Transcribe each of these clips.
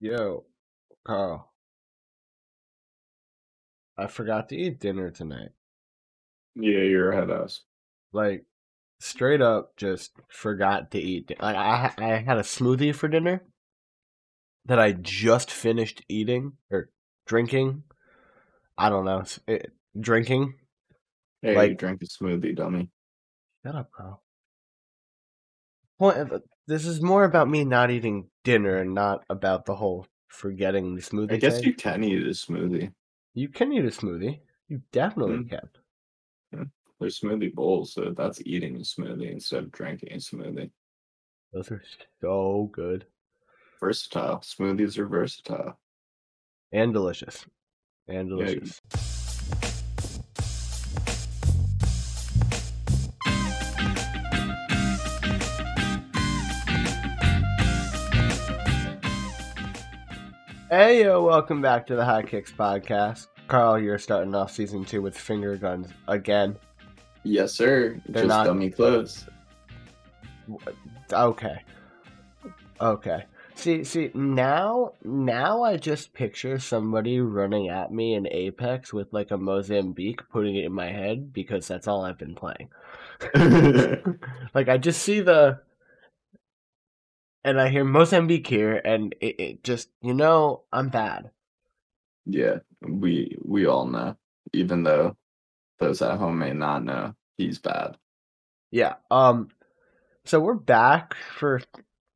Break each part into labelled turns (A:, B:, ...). A: Yo, Carl, I forgot to eat dinner tonight.
B: Yeah, you're a head ass.
A: Like, straight up, just forgot to eat. di- Like, I ha- I had a smoothie for dinner that I just finished eating or drinking. I don't know. s- It, drinking.
B: Hey,
A: Like-
B: you drank a smoothie, dummy.
A: Shut up, Carl. Point of this is more about me not eating dinner and not about the whole forgetting the smoothie.
B: I guess
A: thing.
B: you can eat a smoothie.
A: You can eat a smoothie. You definitely
B: Mm.
A: can.
B: There's smoothie bowls, so that's eating a smoothie instead of drinking a smoothie.
A: Those are so good
B: Versatile. Smoothies are versatile.
A: and delicious. And
B: Yeah, you-
A: delicious. Hey, yo, welcome back to the High Kicks podcast. Carl, you're starting off season two with finger guns again.
B: Yes, sir.
A: They're
B: Just
A: not-
B: dummy clothes.
A: Okay. Okay. See, see, now, now I just picture somebody running at me in Apex with like a Mozambique, putting it in my head because that's all I've been playing. like I just see the, and I hear Mozambique here, and it, it just you know I'm bad.
B: yeah, we we all know. Even though those at home may not know, he's bad.
A: Yeah. Um. So we're back for.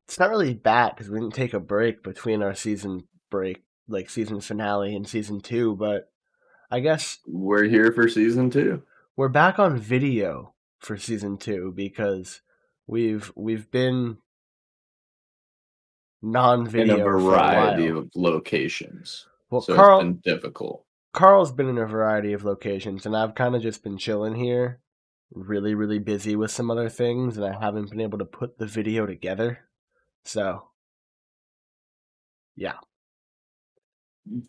A: It's not really back because we didn't take a break between our season break, like season finale and season two. But I guess
B: We're here for season two.
A: we're back on video for season two because we've we've been non-video
B: in a
A: for a
B: variety
A: while.
B: of locations.
A: Well,
B: so
A: Carl
B: it's been difficult.
A: Carl's been in a variety of locations, and I've kind of just been chilling here, really, really busy with some other things, and I haven't been able to put the video together. So, yeah.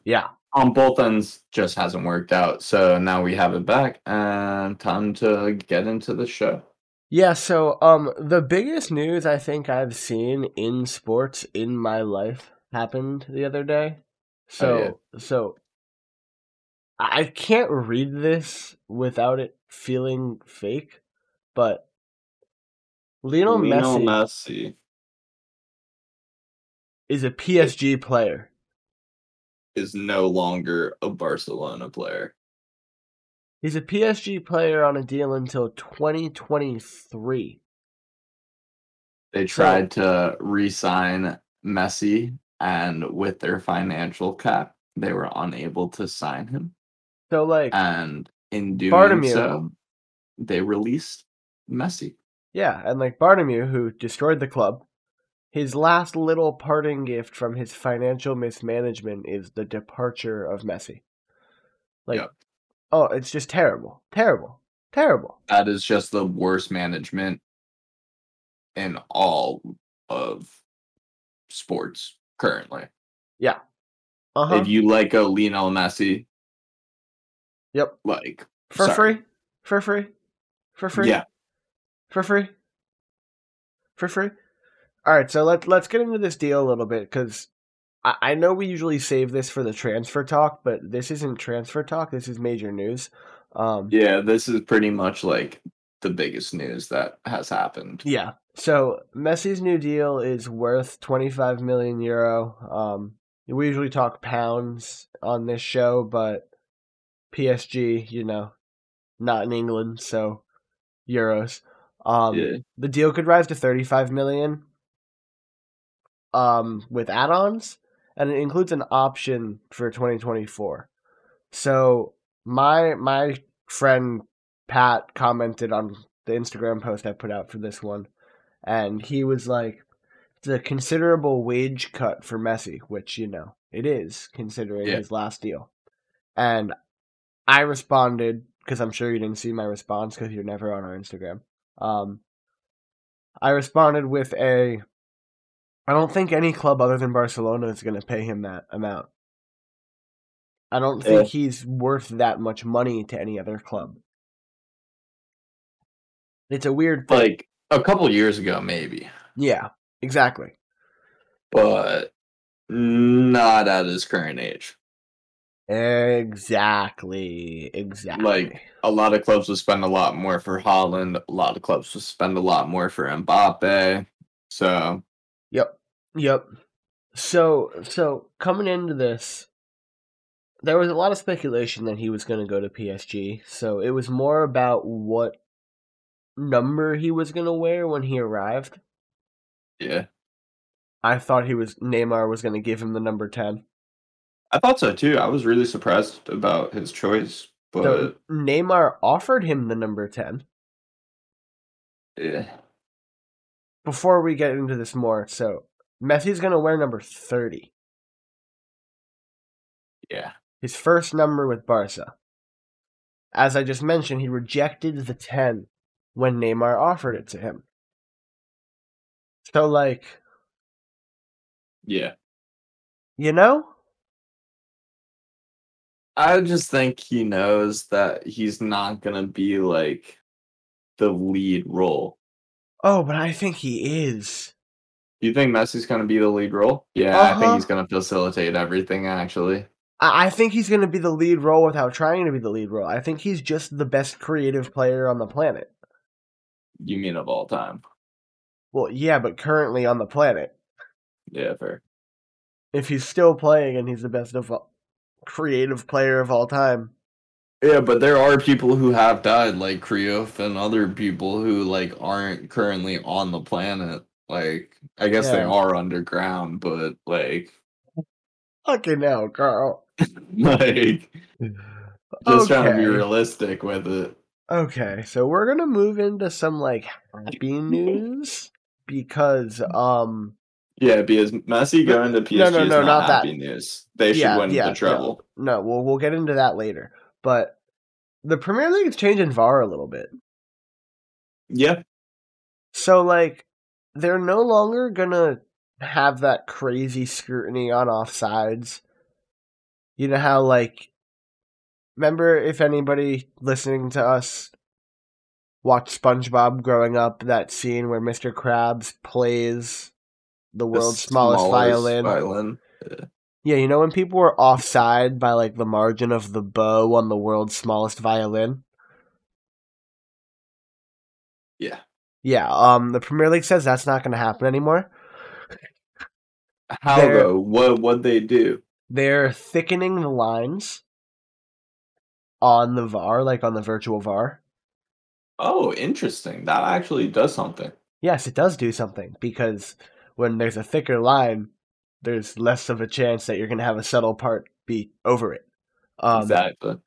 A: Yeah.
B: on both ends just hasn't worked out. So now we have it back and time to get into the show.
A: Yeah, so um the biggest news I think I've seen in sports in my life happened the other day. So
B: Oh,
A: so I I can't read this without it feeling fake, but Lionel Messi
B: Messi
A: is a PSG player.
B: is no longer a Barcelona player.
A: He's a PSG player on a deal until 2023.
B: They tried to re-sign Messi and with their financial cap, they were unable to sign him.
A: So like
B: And in doing
A: Bartomeu.
B: so, they released Messi.
A: Yeah, and like Bartomeu, who destroyed the club, his last little parting gift from his financial mismanagement is the departure of Messi. Like,
B: Yep.
A: oh, it's just terrible, terrible, terrible.
B: That is just the worst management in all of sports currently.
A: Uh huh.
B: If you let go Lionel Messi,
A: Yep.
B: like
A: For
B: sorry.
A: free, for free, for free,
B: yeah,
A: for free, for free. All right, so let's let's get into this deal a little bit because I, I know we usually save this for the transfer talk, but this isn't transfer talk. This is major news. Um,
B: yeah, this is pretty much like the biggest news that has happened.
A: Yeah. So Messi's new deal is worth 25 million euro. Um, we usually talk pounds on this show, but PSG, you know, not in England, so euros. Um,
B: Yeah.
A: The deal could rise to 35 million um, with add-ons, and it includes an option for 2024. So my my friend Pat commented on the Instagram post I put out for this one, and he was like, "It's a considerable wage cut for Messi, which you know it is considering
B: Yeah.
A: his last deal." And I responded because I'm sure you didn't see my response because you're never on our Instagram. Um, I responded with a, "I don't think any club other than Barcelona is going to pay him that amount. I don't think
B: Yeah.
A: he's worth that much money to any other club." It's a weird thing.
B: Like a couple years ago, maybe,
A: Yeah, exactly.
B: but not at his current age.
A: Exactly. Exactly.
B: Like a lot of clubs would spend a lot more for Holland. A lot of clubs would spend a lot more for Mbappe. So
A: Yep. Yep. So so coming into this there was a lot of speculation that he was going to go to PSG. So it was more about what number he was going to wear when he arrived.
B: yeah,
A: I thought he was Neymar was going to give him the number 10.
B: I thought so too. I was really surprised about his choice, but
A: So Neymar offered him the number 10.
B: yeah.
A: Before we get into this more, so Messi's going to wear number 30.
B: yeah.
A: his first number with Barca. As I just mentioned, he rejected the 10 when Neymar offered it to him. So, like,
B: Yeah.
A: you know?
B: I just think he knows that he's not gonna be like the lead role.
A: Oh, but I think he is.
B: You think Messi's gonna be the lead role? Yeah, I think
A: Uh-huh.
B: he's gonna facilitate everything actually.
A: I, I think he's going to be the lead role without trying to be the lead role. I think he's just the best creative player on the planet.
B: You mean of all time.
A: Well, yeah, but currently on the planet.
B: Yeah, fair.
A: If he's still playing and he's the best of all, creative player of all time.
B: Yeah, but there are people who have died, like Creof and other people who like aren't currently on the planet. Like I guess they
A: Yeah.
B: are underground, but like
A: Fucking hell, Carl.
B: like just trying to
A: Okay.
B: be realistic with it.
A: Okay, so we're gonna move into some like happy news because um
B: Yeah, because Messi
A: No,
B: going to PSG
A: no, no,
B: is
A: no,
B: not,
A: not that.
B: happy news. They should
A: Yeah,
B: win
A: yeah,
B: the treble.
A: no, we'll we'll get into that later. But the Premier League's changing VAR a little bit.
B: Yeah,
A: So like they're no longer gonna have that crazy scrutiny on offsides. You know how like remember if anybody listening to us watched SpongeBob growing up, that scene where Mr. Krabs plays the
B: the
A: world's smallest, violin. Yeah, you know when people were offside by like the margin of the bow on the world's smallest violin?
B: Yeah,
A: Yeah, um the Premier League says that's not gonna happen anymore.
B: how
A: They're-
B: though? What what they do?
A: they're thickening the lines on the VAR, like on the virtual VAR.
B: Oh, interesting. That actually does something.
A: Yes, it does do something because when there's a thicker line, there's less of a chance that you're going to have a subtle part be over it. Um,
B: exactly.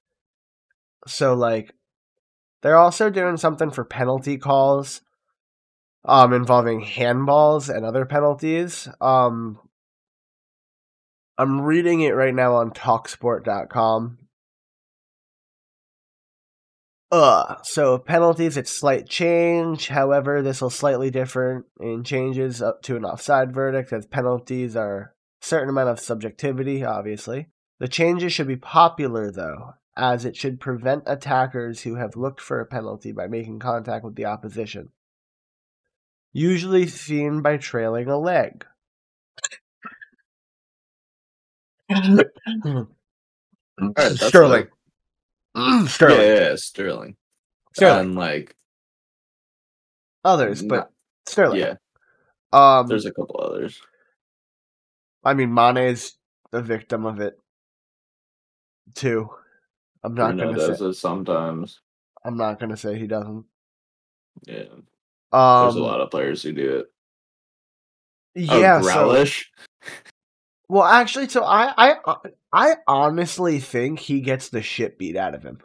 A: So, like, they're also doing something for penalty calls um, involving handballs and other penalties. Um, I'm reading it right now on TalkSport.com. Uh, so penalties, it's slight change. However, this will slightly different in changes up to an offside verdict, as penalties are certain amount of subjectivity, obviously. The changes should be popular, though, as it should prevent attackers who have looked for a penalty by making contact with the opposition, usually seen by trailing a leg.
B: All right, that's
A: Sterling. Mm,
B: what-
A: Sterling.
B: Yeah, yeah, yeah, Sterling.
A: Sterling.
B: And like
A: Others, but
B: not-
A: Sterling.
B: uh, yeah,
A: Um,
B: there's a couple others.
A: I mean, Mane's a victim of it too. I'm not
B: Bruno
A: gonna
B: does
A: say.
B: it sometimes.
A: I'm not gonna say he doesn't.
B: Yeah, there's
A: Um,
B: a lot of players who do it. Oh,
A: yeah. So,
B: Grealish?
A: well, actually, so I, I, I honestly think he gets the shit beat out of him.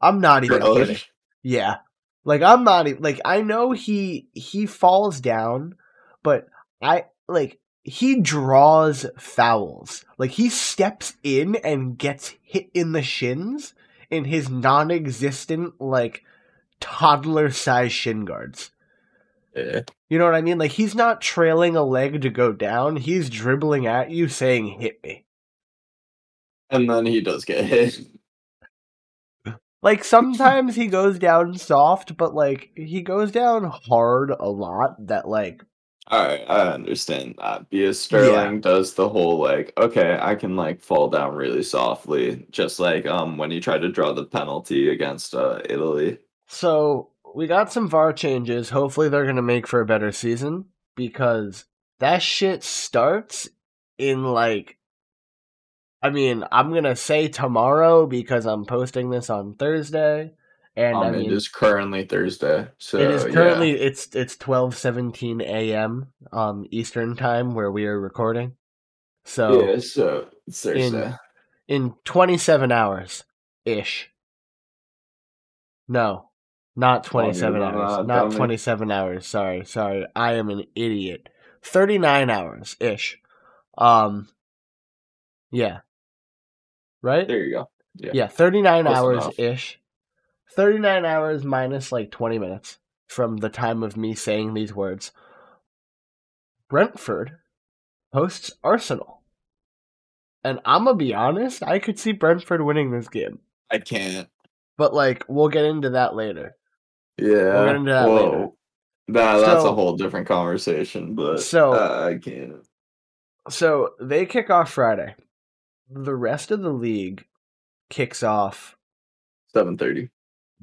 A: I'm not even kidding.
B: Grealish?
A: Yeah. Like I'm not even like I know he he falls down, but I like he draws fouls. Like he steps in and gets hit in the shins in his non-existent like toddler size shin guards.
B: Yeah.
A: You know what I mean? Like he's not trailing a leg to go down. He's dribbling at you saying hit me.
B: And then he does get hit.
A: Like sometimes he goes down soft, but like he goes down hard a lot that like
B: All right, I understand that because Sterling does the whole like, okay, I can like fall down really softly, just like um when he tried to draw the penalty against uh, Italy.
A: So we got some VAR changes. Hopefully, they're gonna make for a better season because that shit starts in like. I mean, I'm gonna say tomorrow because I'm posting this on Thursday, and
B: um,
A: I mean,
B: it is currently Thursday, so
A: it is
B: uh, yeah.
A: currently it's it's twelve seventeen a.m. um Eastern time where we are recording. So
B: yeah, so it's Thursday.
A: in 27 hours ish. No, not 27
B: Oh, no,
A: hours.
B: no,
A: not
B: dummy.
A: 27 hours. Sorry, sorry. I am an idiot. 39 hours ish. Um, yeah. Right?
B: There you go. Yeah.
A: Yeah, 39
B: Close
A: hours
B: enough.
A: ish. 39 hours minus like 20 minutes from the time of me saying these words. Brentford hosts Arsenal. And I'm going to be honest, I could see Brentford winning this game.
B: I can't.
A: But like, we'll get into that later.
B: Yeah.
A: We'll get into that later.
B: Nah, that's
A: So-
B: a whole different conversation, but
A: So-
B: uh, I can't.
A: So they kick off Friday. The rest of the league kicks off
B: Seven thirty.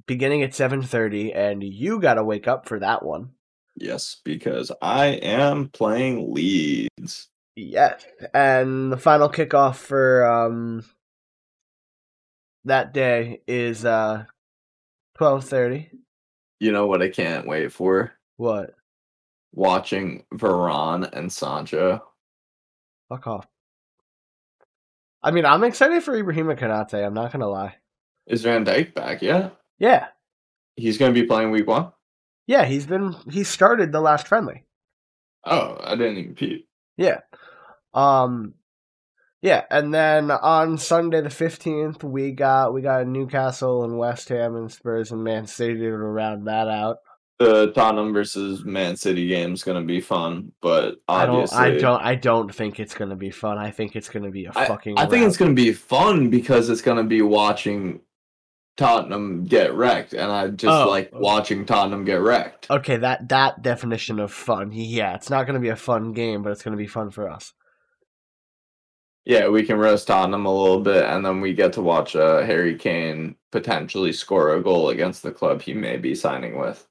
A: beginning at 7:30 and you got to wake up for that one.
B: Yes, because I am playing Leeds.
A: Yes. And the final kickoff for um that day is uh 12:30.
B: You know what I can't wait for?
A: What?
B: Watching Veron and Sancho.
A: Fuck off. I mean, I'm excited for Ibrahima Kanate, I'm not going to lie.
B: Is Van Dyke back yet?
A: Yeah.
B: He's going to be playing week one?
A: Yeah, he's been he started the last friendly.
B: Oh, I didn't even peep.
A: Um yeah, and then on Sunday the fifteenth we got we got Newcastle and West Ham and Spurs and Man City to round that out.
B: The Tottenham versus Man City game is going to be fun, but obviously.
A: I don't I don't I don't think it's gonna be fun. I think it's gonna be a fucking
B: I think
A: rout.
B: it's going to be fun because it's going to be watching Tottenham get wrecked, and I just
A: Oh,
B: like
A: okay. Oh.
B: watching Tottenham get wrecked.
A: Okay, that that definition of fun. Yeah, it's not gonna be a fun game, but it's gonna be fun for us.
B: Yeah, we can roast Tottenham a little bit, and then we get to watch uh, Harry Kane potentially score a goal against the club he may be signing with.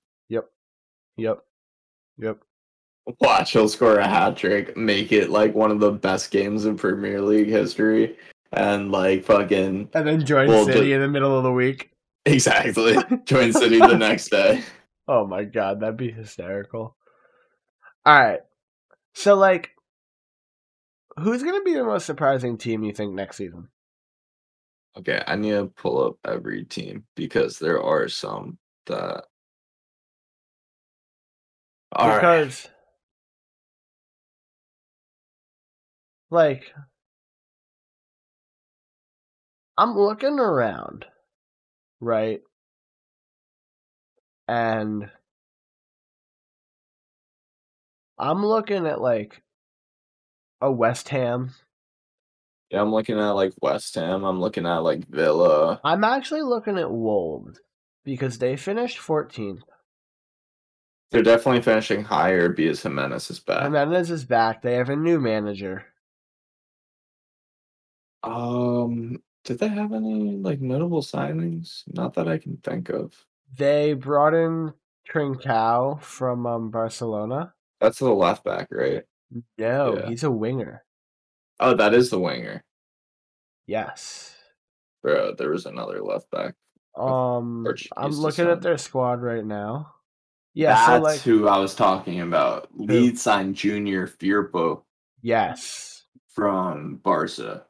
A: Yep. Yep.
B: Watch, he'll score a hat trick, make it like one of the best games in Premier League history, and like fucking
A: And then join
B: Well,
A: City
B: the-
A: in the middle of the week.
B: exactly join City the next day.
A: Oh my god, that'd be hysterical. Alright. So like who's gonna be the most surprising team you think next season?
B: Okay, I need to pull up every team because there are some that. All right.
A: because like I'm looking around, right? And I'm looking at like a West Ham.
B: Yeah, I'm looking at like West Ham. I'm looking at like Villa.
A: I'm actually looking at Wolves because they finished 14th.
B: They're definitely finishing higher because Jimenez is back.
A: Jimenez is back. They have a new manager.
B: Um, did they have any like notable signings? Not that I can think of.
A: They brought in Trincao from um, Barcelona.
B: That's the left back, right?
A: No,
B: Yeah.
A: he's a winger.
B: Oh, that is the winger,
A: Yes.
B: bro. There was another left back.
A: Um,
B: Portuguese
A: I'm
B: is
A: looking
B: not-
A: at their squad right now. Yeah,
B: That's
A: so like
B: who I was talking about. Leeds signed Junior Firpo
A: yes.
B: from Barca.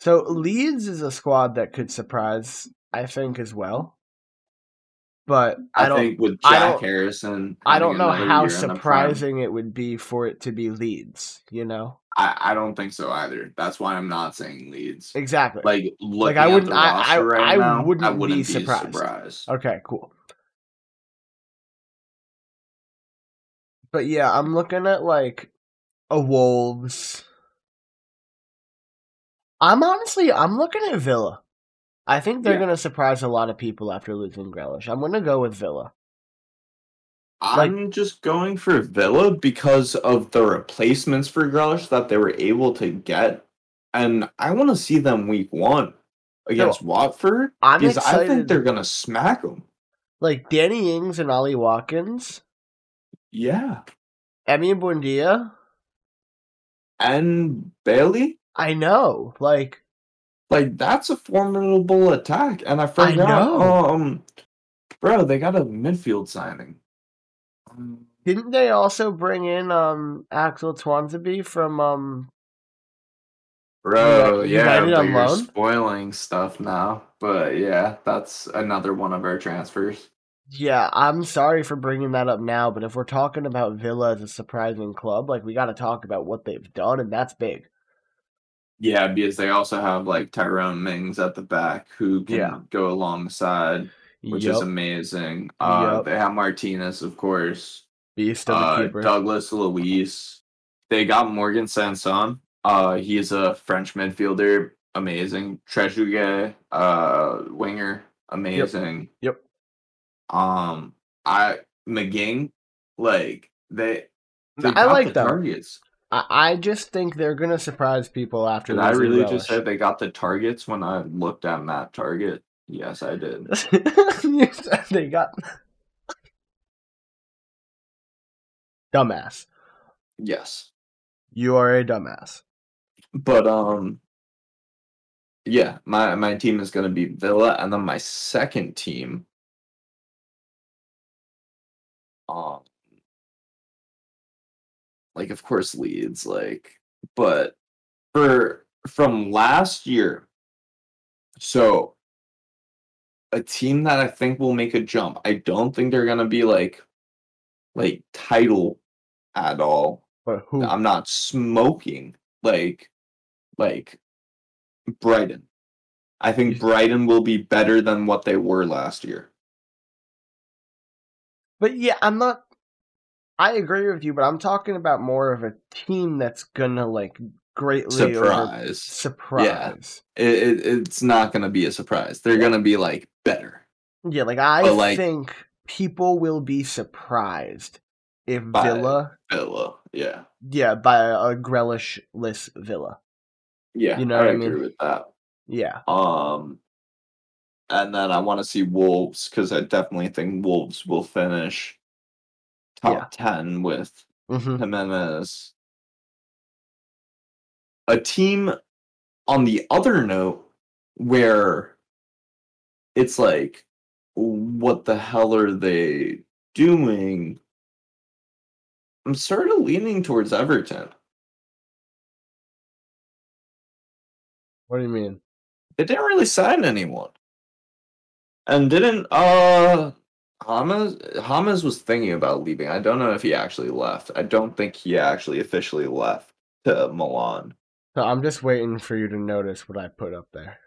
A: So Leeds is a squad that could surprise, I think, as well. But I,
B: I,
A: don't,
B: think with
A: I
B: Jack
A: don't-
B: Harrison.
A: I
B: having
A: don't know
B: another
A: how
B: year in the prime,
A: surprising it would be for it to be Leeds. You know
B: I, I don't think so either. That's why I'm not saying Leeds.
A: exactly.
B: Like, looking
A: I
B: at
A: wouldn't-
B: the
A: I- I-
B: roster right
A: I
B: now, I
A: wouldn't be
B: wouldn't be
A: surprised.
B: surprised.
A: Okay, cool. But yeah, I'm looking at like a Wolves. I'm honestly, I'm looking at Villa. I think they're
B: Yeah.
A: going to surprise a lot of people after losing Grealish. I'm going to go with Villa. Like-
B: I'm just going for Villa because of the replacements for Grealish that they were able to get, and I want to see them week one against Watford
A: I'm
B: because I think
A: excited.
B: they're gonna smack them.
A: Like Danny Ings and Ollie Watkins,
B: Yeah,
A: Emmy and Buendia.
B: and Bailey,
A: I know. Like
B: like that's a formidable attack, and I forgot.
A: know.
B: Um, bro, they got a midfield signing. Um,
A: didn't they also bring in um Axel Twanzebe from um
B: Bro,
A: Uni-
B: yeah,
A: United
B: but
A: on
B: you're
A: loan?
B: spoiling stuff now. But yeah, that's another one of our transfers.
A: yeah, I'm sorry for bringing that up now, but if we're talking about Villa as a surprising club, like we got to talk about what they've done and that's big.
B: Yeah, because they also have like Tyrone Mings at the back who can
A: Yeah.
B: go alongside, which is
A: Yup.
B: amazing. Uh,
A: Yep.
B: They have Martinez, of course.
A: beast of a
B: Uh,
A: keeper.
B: Douglas Luis. They got Morgan Sanson. Uh, he's a French midfielder. Amazing. Trezeguet, uh, winger. Amazing.
A: Yep.
B: Um, I McGing, like they. they
A: I
B: got
A: like
B: the
A: them.
B: targets.
A: I, I just think they're gonna surprise people after.
B: Did I
A: losing
B: really just say
A: Grealish.
B: they got the targets when I looked at Matt Target? Yes, I did.
A: You said they got dumbass.
B: Yes.
A: You are a dumbass.
B: But um yeah, my my team is going to be Villa and then my second team um like of course Leeds like but for from last year so a team that I think will make a jump. I don't think they're going to be like like title at all
A: But who?
B: I'm not smoking like like Brighton. I think
A: You-
B: Brighton will be better than what they were last year.
A: But yeah, I'm not. I agree with you, but I'm talking about more of a team that's gonna like greatly Over,
B: Surprise.
A: surprise.
B: It, it, it's not going to be a surprise. They're going to be like better.
A: Yeah. like I
B: But, like-
A: think people will be surprised if
B: By-
A: Villa,
B: Villa. Oh, Yeah.
A: yeah, by a Grealish-less Villa.
B: Yeah.
A: You know
B: I
A: what I
B: agree
A: mean?
B: with that.
A: Yeah,
B: Um and then I want to see Wolves cuz I definitely think Wolves will finish top 10 with
A: hmm
B: Jimenez. A team on the other note where it's like, what the hell are they doing? I'm sort of leaning towards Everton.
A: What do you mean?
B: They didn't really sign anyone. And didn't uh Hamas Hamas was thinking about leaving. I don't know if he actually left. I don't think he actually officially left to Milan.
A: So I'm just waiting for you to notice what I put up there,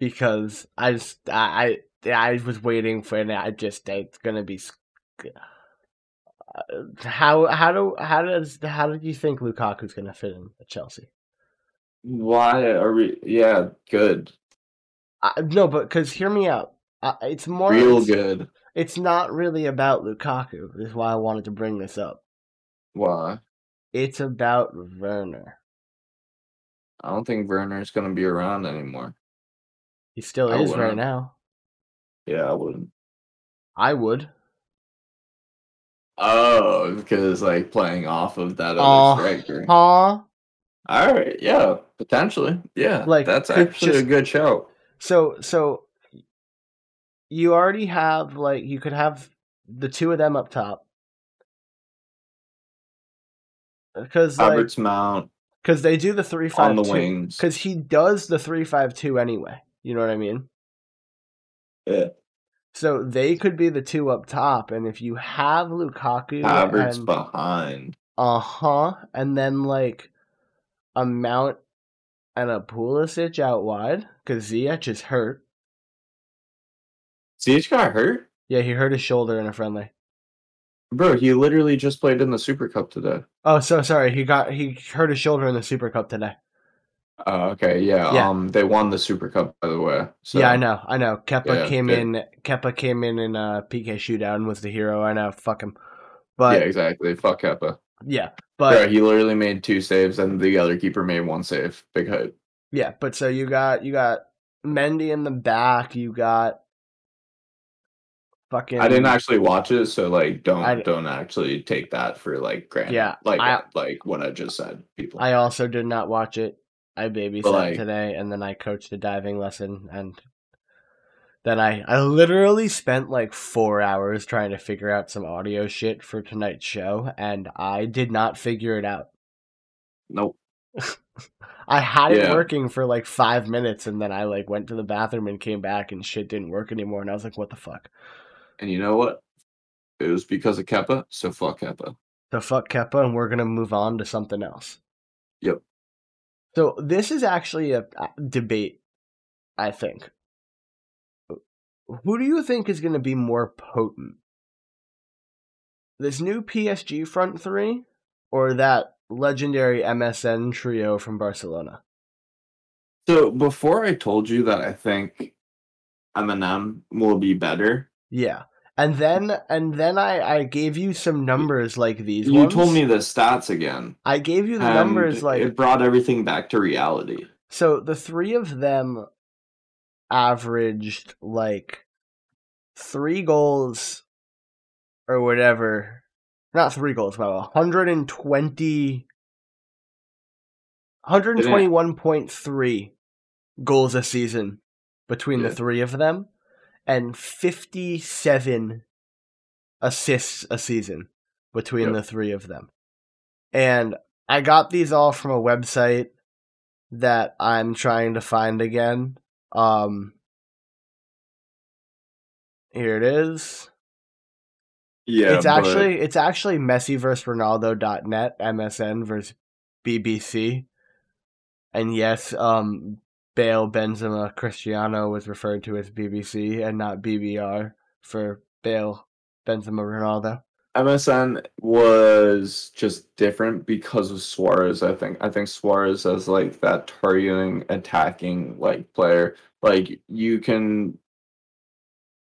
A: because I just I I, I was waiting for it. and I just it's gonna be. sc- Uh, How how do how does how do you think Lukaku's gonna fit in at Chelsea?
B: Why are we? Yeah, good,
A: I, no, but because hear me out. I, it's more
B: real
A: it's,
B: good.
A: it's not really about Lukaku. Is why I wanted to bring this up.
B: Why?
A: It's about Werner.
B: I don't think Werner's gonna be around anymore.
A: He still
B: I
A: is right
B: wouldn't.
A: now.
B: Yeah, I wouldn't.
A: I would.
B: Oh, because like playing off of that other
A: Aw.
B: striker.
A: Huh?
B: All right, yeah, potentially. Yeah,
A: Like,
B: like that's
A: could
B: actually a
A: just-
B: good show.
A: So so you already have like you could have the two of them up top. Cuz like
B: Roberts Mount
A: cuz they do the 352
B: on the wings.
A: cuz he does the 352 anyway. You know what I mean?
B: Yeah.
A: So they could be the two up top and if you have Lukaku
B: Roberts
A: and
B: behind.
A: uh-huh and then like a Mount and a Pulisic out wide cuz Ziyech is hurt.
B: Ziyech got hurt,
A: Yeah, he hurt his shoulder in a friendly.
B: bro. He literally just played in the Super Cup today.
A: Oh, so sorry. He got he hurt his shoulder in the Super Cup today.
B: Oh, okay, yeah.
A: Yeah.
B: Um, they won the Super Cup, by the way. So
A: yeah, I know, I know. Keppa
B: Yeah,
A: came
B: yeah.
A: in. Keppa came in in a PK shootout and was the hero. I know, fuck him. But
B: yeah, exactly. Fuck Keppa.
A: yeah, but
B: yeah, he literally made two saves, and the other keeper made one save. Big hype.
A: Yeah, but so you got you got Mendy in the back. You got fucking.
B: I didn't actually watch it, so like, don't
A: I-
B: don't actually take that for like granted.
A: Yeah,
B: like
A: I-
B: like what I just said, people.
A: I also did not watch it. I babysat
B: like-
A: today, and then I coached a diving lesson, and then I I literally spent like four hours trying to figure out some audio shit for tonight's show, and I did not figure it out.
B: nope.
A: I had it
B: Yeah.
A: working for like five minutes, and then I like went to the bathroom and came back, and shit didn't work anymore, and I was like, what the fuck?
B: And you know what? It was because of Keppa, so fuck Keppa.
A: the fuck Keppa, and we're gonna move on to something else.
B: Yep.
A: So this is actually a uh, debate, I think. Who do you think is gonna be more potent? This new PSG front three, or that legendary MSN trio from Barcelona?
B: So before I told you that I think Eminem will be better.
A: Yeah. And then and then I, I gave you some numbers like these
B: You
A: ones.
B: told me the stats again.
A: I gave you the
B: and
A: numbers like
B: it brought everything back to reality.
A: So the three of them averaged like three goals or whatever. Not three goals, but 120 121.3 goals a season between the
B: Yeah.
A: three of them and 57 assists a season between
B: Yep.
A: the three of them. And I got these all from a website that I'm trying to find again. Um here it is.
B: Yeah,
A: it's actually it's actually Messi versus Ronaldo.net, MSN versus BBC. And yes, um Bale Benzema Cristiano was referred to as BBC and not BBR for Bale Benzema Ronaldo.
B: MSN was just different because of Suarez. I think I think Suarez as like that targeting, attacking like player. Like you can.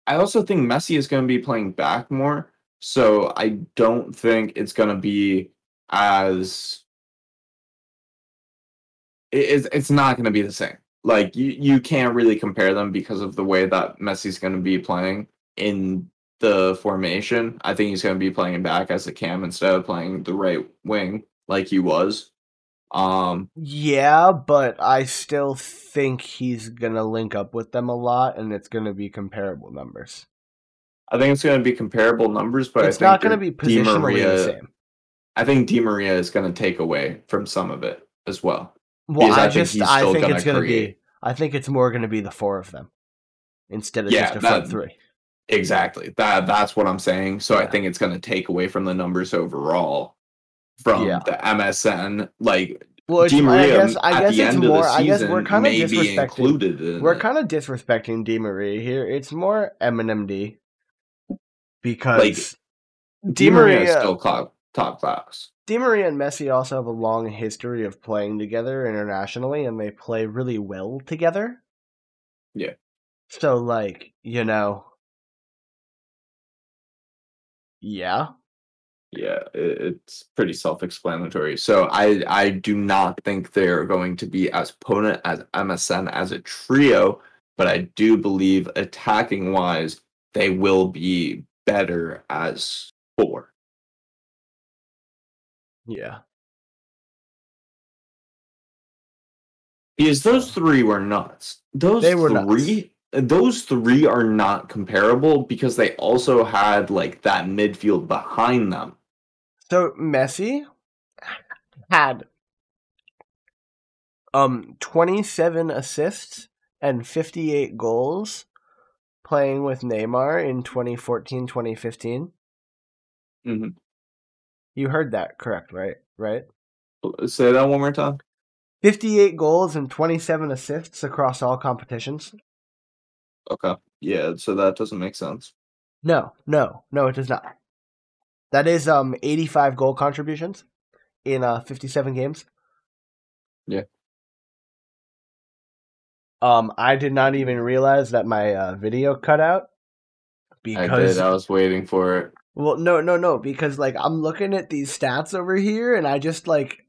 B: I also think Messi is going to be playing back more, so I don't think it's going to be as. It, it's it's not going to be the same. Like you you can't really compare them because of the way that Messi's going to be playing in the formation. I think he's going to be playing back as a cam instead of playing the right wing like he was. Um,
A: Yeah, but I still think he's gonna link up with them a lot, and it's gonna be comparable numbers.
B: I think it's going to be comparable numbers, but
A: it's
B: I think
A: not gonna be
B: Di- Di
A: positionally
B: Maria,
A: the same.
B: I think Di Maria is going to take away from some of it as well.
A: Well,
B: because
A: I,
B: I think
A: just
B: he's
A: I
B: still
A: think
B: gonna
A: it's gonna be.
B: create.
A: I think it's more gonna be the four of them instead of
B: Yeah,
A: just a front
B: that-
A: three.
B: Exactly. That that's what I'm saying. So I
A: Yeah.
B: think it's going to take away from the numbers overall from
A: Yeah.
B: the MSN. Like
A: Well, it's,
B: Di
A: I
B: Maria
A: guess I
B: um, at
A: guess
B: the
A: it's
B: end
A: more.
B: of the
A: I guess
B: season
A: we're kind of
B: may be
A: disrespecting.
B: included. In
A: We're
B: it.
A: kind of disrespecting Di Maria here. It's more MNMD
B: Like,
A: because
B: Di Maria is
A: Maria-
B: still top top class.
A: Di Maria and Messi also have a long history of playing together internationally, and they play really well together.
B: Yeah.
A: So, like, you know, yeah,
B: yeah i- it's pretty self-explanatory so i i do not think they're going to be as potent as msn as a trio but i do believe attacking wise they will be better as four
A: yeah.
B: because those three were nuts those
A: They were nuts.
B: three those three are not comparable because they also had like that midfield behind them
A: So Messi had um 27 assists and 58 goals playing with Neymar in 2014-2015.
B: Mhm.
A: Mm-hmm. You heard that correct, right? Right?
B: say that one more time
A: 58 goals and 27 assists across all competitions?
B: okay yeah so that doesn't make sense
A: No, no, no it does not. That is um 85 goal contributions in uh 57 games. Um, I did not even realize that my uh, video cut out
B: I
A: because
B: did. uh, I was waiting for it.
A: well, no, no, no, because like I'm looking at these stats over here and I just like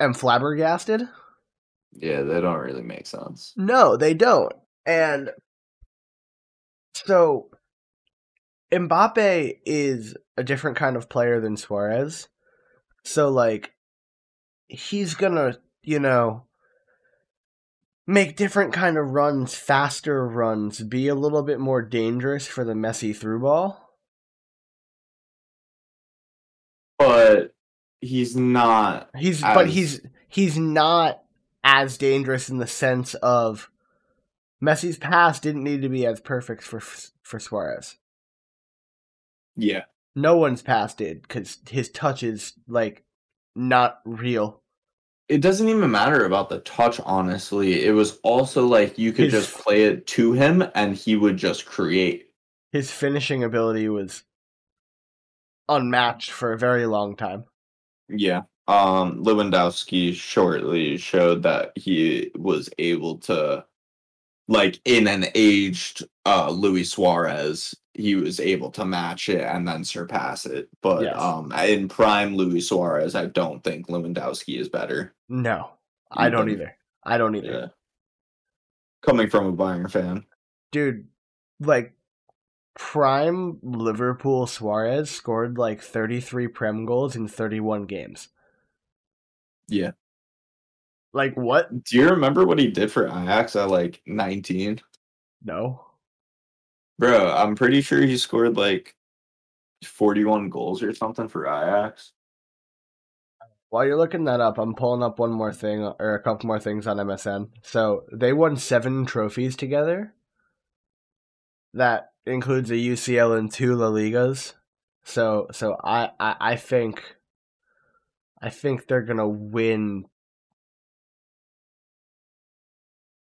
A: am flabbergasted.
B: Yeah, they don't really make sense.
A: No, they don't. And so Mbappe is a different kind of player than Suarez. So like he's going to, you know, make different kind of runs, faster runs, be a little bit more dangerous for the messy through ball.
B: But he's not.
A: He's but
B: as-
A: he's he's not as dangerous in the sense of Messi's pass didn't need to be as perfect for for Suarez.
B: Yeah.
A: No one's pass did because his touch is like not real.
B: It doesn't even matter about the touch, honestly. It was also like you could
A: His-
B: just play it to him and he would just create.
A: His finishing ability was unmatched for a very long time.
B: Yeah. Um, Lewandowski shortly showed that he was able to, like, in an aged uh, Luis Suarez, he was able to match it and then surpass it. But
A: Yes.
B: um, in prime Luis Suarez, I don't think Lewandowski is better.
A: No, I don't
B: Mhm.
A: either. I don't either,
B: Yeah. Coming from a Bayern fan.
A: dude. Like prime Liverpool Suarez scored like thirty three prem goals in thirty one games.
B: Yeah.
A: Like what?
B: Do you remember what he did for Ajax at like 19?
A: No.
B: Bro, I'm pretty sure he scored like 41 goals or something for Ajax.
A: While you're looking that up, I'm pulling up one more thing or a couple more things on MSN. So they won seven trophies together. That includes a UCL and two La Ligas. So so I I, I think I think they're gonna win.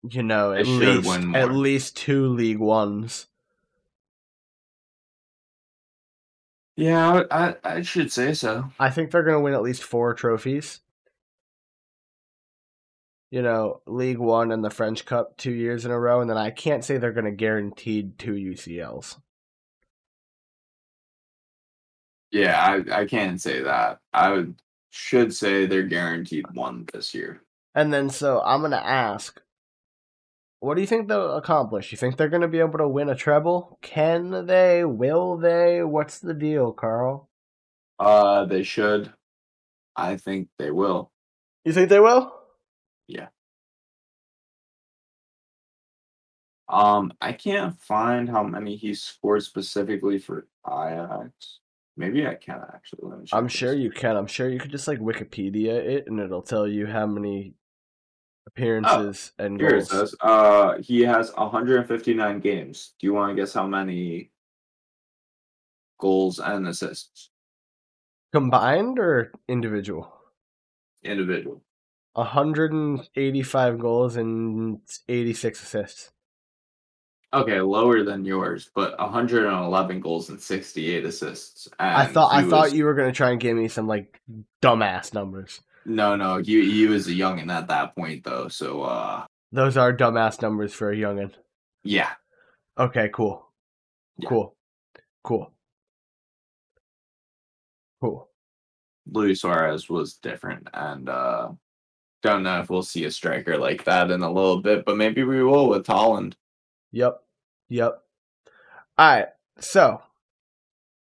A: You know,
B: They
A: at
B: should
A: least
B: win
A: at
B: more.
A: least two League Ones.
B: Yeah, I, I I should say so.
A: I think they're going to win at least four trophies. You know, League One and the French Cup two years in a row, and then I can't say they're going to guaranteed two UCLs.
B: Yeah, I, I can't say that. I would, should say they're guaranteed one this year.
A: And then, so I'm going to ask, what do you think they'll accomplish? You think they're going to be able to win a treble? Can they? Will they? What's the deal, Carl?
B: Uh, they should. I think they will.
A: You think they will?
B: Um, I can't find how many he scored specifically for Ajax. Maybe I can actually. Let me check
A: I'm
B: this.
A: sure you can. I'm sure you could just like Wikipedia it, and it'll tell you how many Oh, appearances and
B: Here
A: goals.
B: it says, uh, he has 159 games. Do you want to guess how many goals and assists?
A: Combined or individual?
B: Individual.
A: 185 goals and 86 assists.
B: Okay, lower than yours, but 111 goals and 68 assists. And
A: I thought I
B: he
A: thought
B: was-
A: you were gonna try and give me some like dumbass numbers.
B: No, no, he he was a youngin at that point though. So uh,
A: Those are dumbass numbers for a youngin.
B: yeah,
A: Okay, cool,
B: Yeah.
A: cool, cool, cool.
B: Luis Suarez was different, and uh, don't know if we'll see a striker like that in a little bit, but maybe we will with Holland.
A: Yep, yep. All right. So,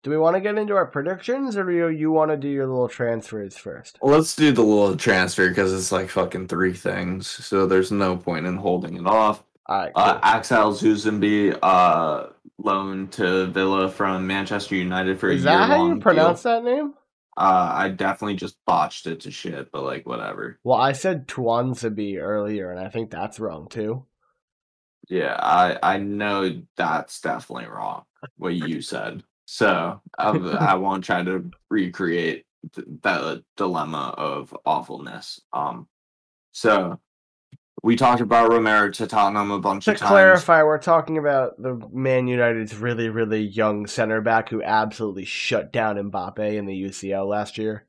A: do we want to get into our predictions, or do you, you want to do your little transfers first?
B: Let's do the little transfer because it's like fucking three things, so there's no point in holding it off.
A: All right. Cool.
B: Uh, Axel Zuzanbe, uh, loaned to Villa from Manchester United for
A: Is
B: a year
A: that how you
B: long
A: pronounce that name?
B: Uh, I definitely just botched it to shit, but like whatever.
A: Well, I said Tuanzabi earlier, and I think that's wrong too.
B: Yeah, I I know that's definitely wrong what you said. So I, I won't try to recreate th- that dilemma of awfulness. Um, so we talked about Romero to Tottenham a bunch
A: To
B: of times.
A: clarify, we're talking about the Man United's really, really young center back who absolutely shut down Mbappe in the UCL last year.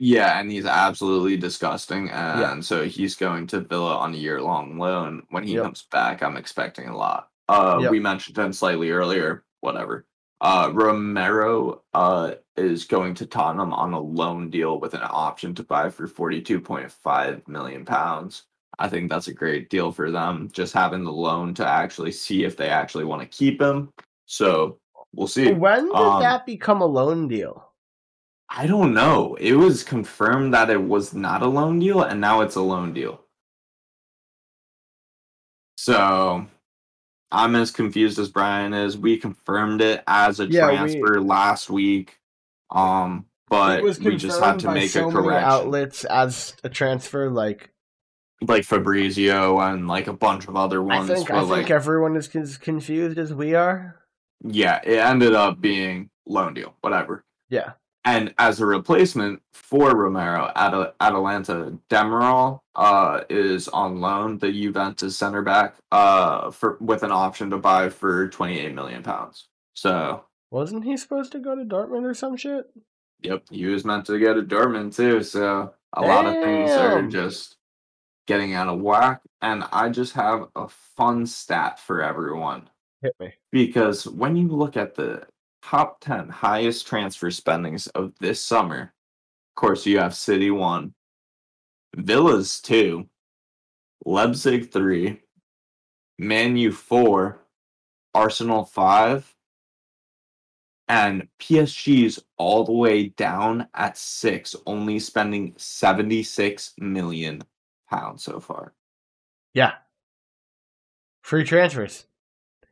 B: Yeah, and he's absolutely disgusting. And so he's going to Villa on a year long loan. When he
A: Yep.
B: comes back, I'm expecting a lot. Uh,
A: Yep.
B: We mentioned him slightly earlier, whatever. Uh, Romero uh, is going to Tottenham on a loan deal with an option to buy for 42.5 million pounds. I think that's a great deal for them, just having the loan to actually see if they actually want to keep him. So we'll see.
A: When did
B: um,
A: that become a loan deal?
B: I don't know. It was confirmed that it was not a loan deal, and now it's a loan deal. So I'm as confused as Brian is. We confirmed it as a
A: Yeah, we-
B: transfer last week. Um, but
A: it was
B: we just had
A: confirmed
B: to
A: by
B: make
A: so
B: a
A: many
B: correction.
A: outlets as a transfer. Like
B: Like Fabrizio and like a bunch of other
A: I
B: ones.
A: think,
B: were
A: I think
B: like,
A: everyone is as confused as we are.
B: yeah, it ended up being loan deal, whatever.
A: Yeah.
B: And as a replacement for Romero, At- Atalanta Demerol uh, is on loan, the Juventus center back, uh, for with an option to buy for twenty eight million pounds. So,
A: Wasn't he supposed to go to Dortmund or some shit?
B: yep, he was meant to go to Dortmund too. So a lot of things are
A: Damn.
B: just getting out of whack. And I just have a fun stat for everyone.
A: Hit me.
B: because when you look at the top 10 highest transfer spendings of this summer, of course, you have City 1, Villas 2, Leipzig 3, Man U 4, Arsenal 5, and PSG's all the way down at 6, only spending 76 million pounds so far.
A: Yeah. Free transfers.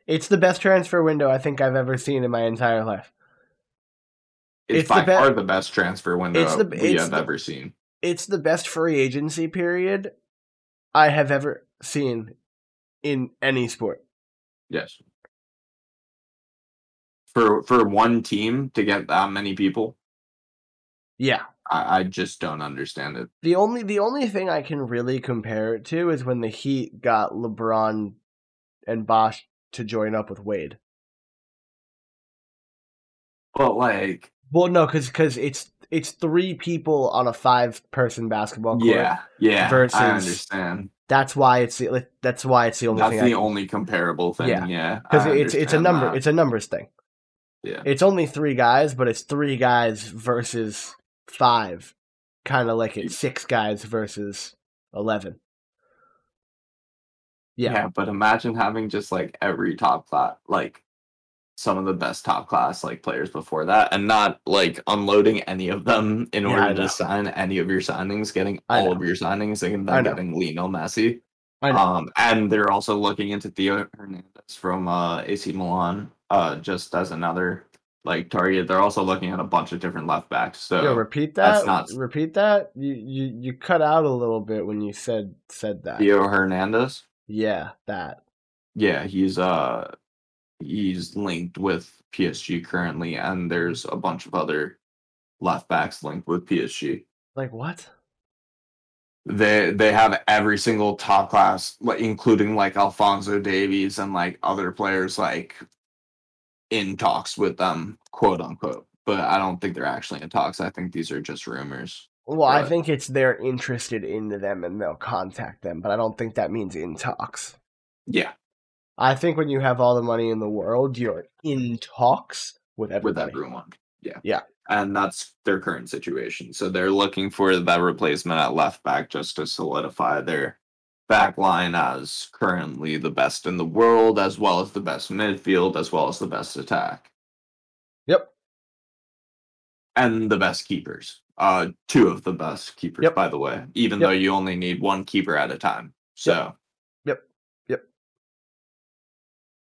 A: It's the best transfer window I think I've ever seen in my entire life.
B: It's,
A: It's the
B: by
A: be-
B: far the best transfer window
A: It's the-
B: we
A: it's
B: have
A: the-
B: ever seen.
A: It's the best free agency period I have ever seen in any sport.
B: Yes. For for one team to get that many people,
A: Yeah.
B: I, I just don't understand it.
A: The only the only thing I can really compare it to is when the Heat got LeBron and Bosch to join up with Wade.
B: But like,
A: Well, no, because it's it's three people on a five person basketball court.
B: yeah, yeah,
A: Versus-
B: I understand.
A: that's why it's the, like, that's why it's the only
B: That's
A: thing.
B: the only comparable thing.
A: Yeah,
B: Yeah, yeah
A: because it's it's a number it's a numbers thing.
B: Yeah.
A: It's only three guys, but it's three guys versus five, kind of like it's six guys versus eleven.
B: yeah.
A: Yeah,
B: but imagine having just like every top class, like some of the best top class like players before that, and not like unloading any of them in
A: Yeah, I
B: order
A: know.
B: to sign any of your signings, getting
A: I
B: all
A: know.
B: of your signings, and
A: I
B: then
A: know.
B: getting Lionel Messi.
A: I know.
B: Um, and they're also looking into Theo Hernandez from uh, AC Milan, uh, just as another like target. They're also looking at a bunch of different left backs. So
A: Yo, repeat that.
B: that's not-
A: Repeat that. You, you you cut out a little bit when you said said that. Yeah,
B: Theo Hernandez,
A: that.
B: yeah, he's uh he's linked with PSG currently, and there's a bunch of other left backs linked with PSG.
A: Like what?
B: They they have every single top class, like including like Alfonso Davies and like other players like in talks with them, quote unquote. But I don't think they're actually in talks. I think these are just rumors.
A: Well, I
B: Right.
A: think it's they're interested in them and they'll contact them, but I don't think that means in talks.
B: Yeah,
A: I think when you have all the money in the world, you're in talks with
B: with
A: everybody.
B: everyone. Yeah.
A: Yeah.
B: And that's their current situation. So they're looking for that replacement at left back just to solidify their back line as currently the best in the world, as well as the best midfield, as well as the best attack.
A: Yep.
B: and the best keepers. Uh, two of the best keepers,
A: Yep.
B: by the way. Even
A: Yep.
B: though you only need one keeper at a time. So.
A: Yep. Yep.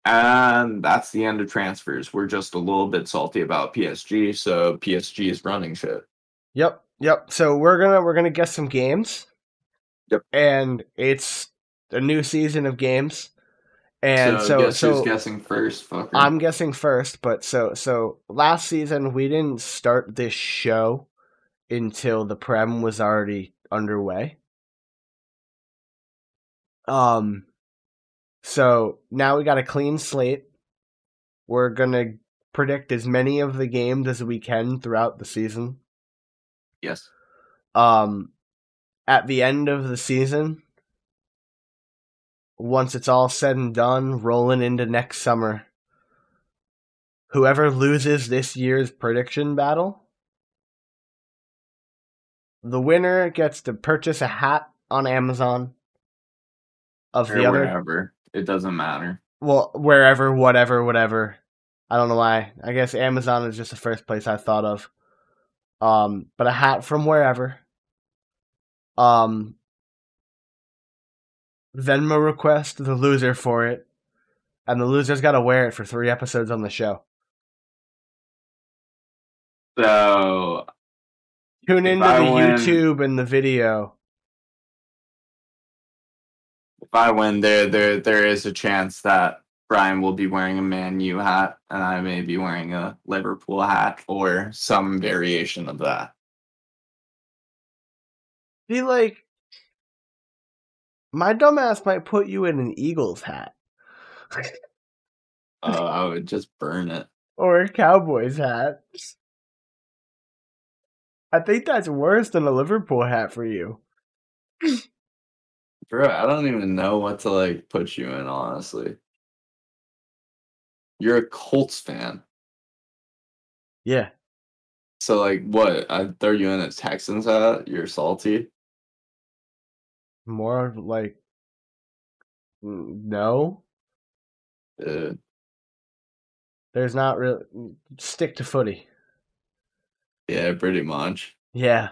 B: And that's the end of transfers. We're just a little bit salty about PSG, so PSG is running shit.
A: Yep, yep. So we're gonna we're gonna guess some games.
B: Yep.
A: And it's a new season of games, and so
B: guess who's
A: so,
B: guessing first, fucker?
A: I'm guessing first, but so so last season we didn't start this show until the prem was already underway. Um so now we got a clean slate. We're going to predict as many of the games as we can throughout the season.
B: yes.
A: Um, at the end of the season, once it's all said and done, rolling into next summer, whoever loses this year's prediction battle, the winner gets to purchase a hat on Amazon of
B: or
A: the other
B: wherever. It doesn't matter.
A: well, wherever, whatever, whatever. I don't know why. I guess Amazon is just the first place I thought of. Um, but a hat from wherever. Um, Venmo request the loser for it, and the loser's got to wear it for three episodes on the show.
B: So
A: Tune
B: If
A: into
B: I
A: the
B: win-
A: YouTube and the video.
B: if I win, there there there is a chance that Brian will be wearing a Man U hat, and I may be wearing a Liverpool hat or some variation of that.
A: Be like, my dumbass might put you in an Eagles hat
B: Uh, I would just burn it.
A: or a Cowboys hat. I think that's worse than a Liverpool hat for you.
B: Bro, I don't even know what to like put you in, honestly. You're a Colts fan.
A: Yeah.
B: So like what? I throw you in a Texans hat, you're salty.
A: More of like, mm, no,
B: Uh,
A: there's not really. Stick to footy.
B: yeah, pretty much.
A: Yeah.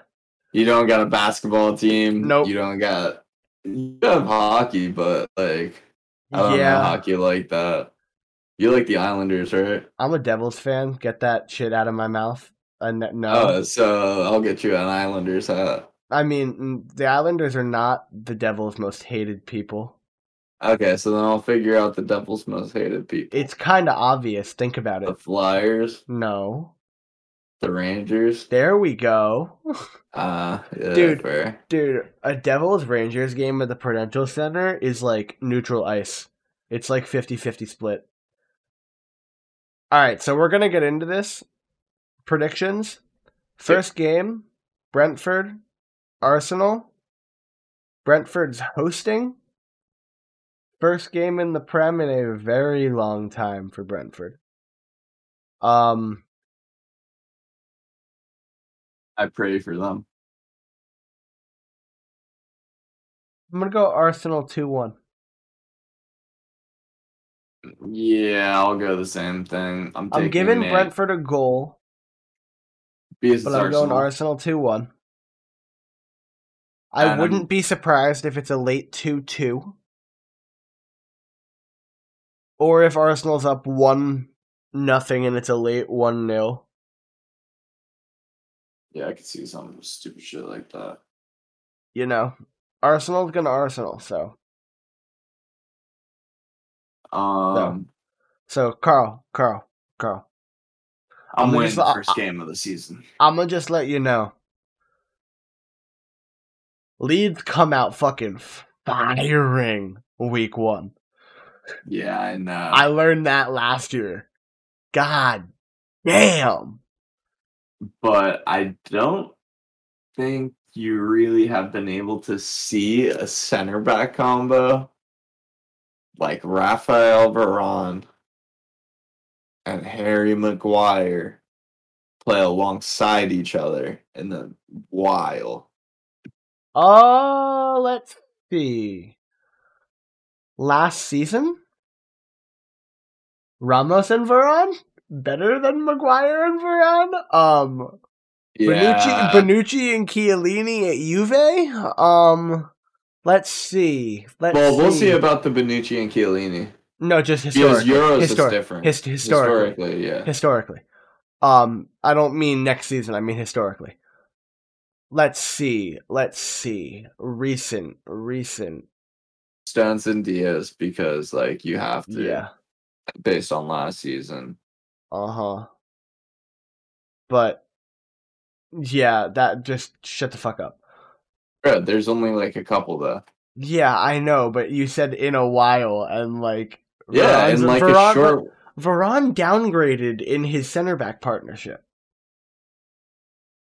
B: You don't got a basketball team.
A: Nope.
B: You don't got you have hockey, but like Oh, I don't know
A: yeah.
B: hockey like that. You like the Islanders, right?
A: I'm a Devils fan. Get that shit out of my mouth. Uh, n- no.
B: Oh, so I'll get you an Islanders hat.
A: I mean, mm, the Islanders are not the Devils' most hated people.
B: Okay, so then I'll figure out the Devils' most hated people.
A: It's kind of obvious. Think about
B: the
A: it.
B: Flyers,
A: No.
B: the Rangers.
A: There we go.
B: Uh, yeah,
A: Dude.
B: fair.
A: Dude, a Devils Rangers game at the Prudential Center is like neutral ice. It's like 50 50 split. All right, so we're going to get into this. Predictions. First game Brentford, Arsenal. Brentford's hosting. First game in the Prem in a very long time for Brentford. Um,
B: I pray for them.
A: I'm going to go Arsenal 2 1.
B: Yeah, I'll go the same thing.
A: I'm
B: I'm, taking
A: giving
B: Man-
A: Brentford a goal,
B: because it's
A: but I'm going
B: Arsenal.
A: Arsenal 2 1. I
B: And
A: wouldn't
B: I'm-
A: be surprised if it's a late 2 2. Or if Arsenal's up 1 nothing and it's a late 1 0.
B: Yeah, I could see some stupid shit like that.
A: You know, Arsenal's going to Arsenal, so.
B: Um,
A: So, Carl, Carl, Carl,
B: I'm
A: I'm
B: winning
A: just-
B: the
A: I-
B: first game of the season.
A: I'm going to just let you know. Leeds come out fucking firing week one.
B: Yeah, I know.
A: I learned that last year. God damn.
B: but I don't think you really have been able to see a center back combo like Raphael Varane and Harry Maguire play alongside each other in the while.
A: Uh, let's see. Last season, Ramos and Varane better than Maguire and Varane. Um, Benucci,
B: Yeah,
A: Benucci and Chiellini at Juve. Um, let's see. Let's
B: well,
A: see.
B: we'll see about the Benucci and Chiellini
A: no, just
B: because
A: historically.
B: Euros
A: Historic.
B: is different.
A: Hist- historically.
B: yeah.
A: historically. Um, I don't mean next season. I mean historically. Let's see. Let's see. Recent. Recent.
B: Stones and Diaz because like you have to
A: Yeah.
B: based on last season.
A: Uh huh. But yeah, that just shut the fuck up.
B: Bro, there's only like a couple though.
A: Yeah, I know, but you said in a while, and like
B: Yeah,
A: Varane's-
B: and like
A: Varane-
B: a short.
A: Varane downgraded in his center back partnership.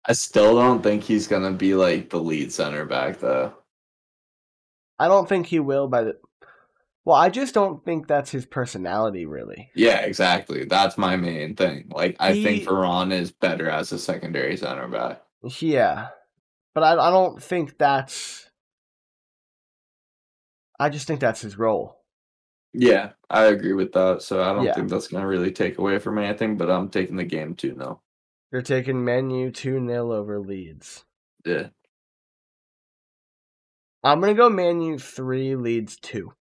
B: I still don't think he's gonna be like the lead center back though.
A: I don't think he will by the. Well, I just don't think that's his personality, really.
B: Yeah, exactly. That's my main thing. Like I
A: He-
B: think Veron is better as a secondary center back.
A: Yeah, but I, I don't think that's. I just think that's his role.
B: Yeah, I agree with that. So I don't
A: Yeah.
B: think that's gonna really take away from anything, but I'm taking the game two now.
A: You're taking Menu 2 0 over Leeds.
B: Yeah.
A: I'm going to go Menu 3, Leeds 2.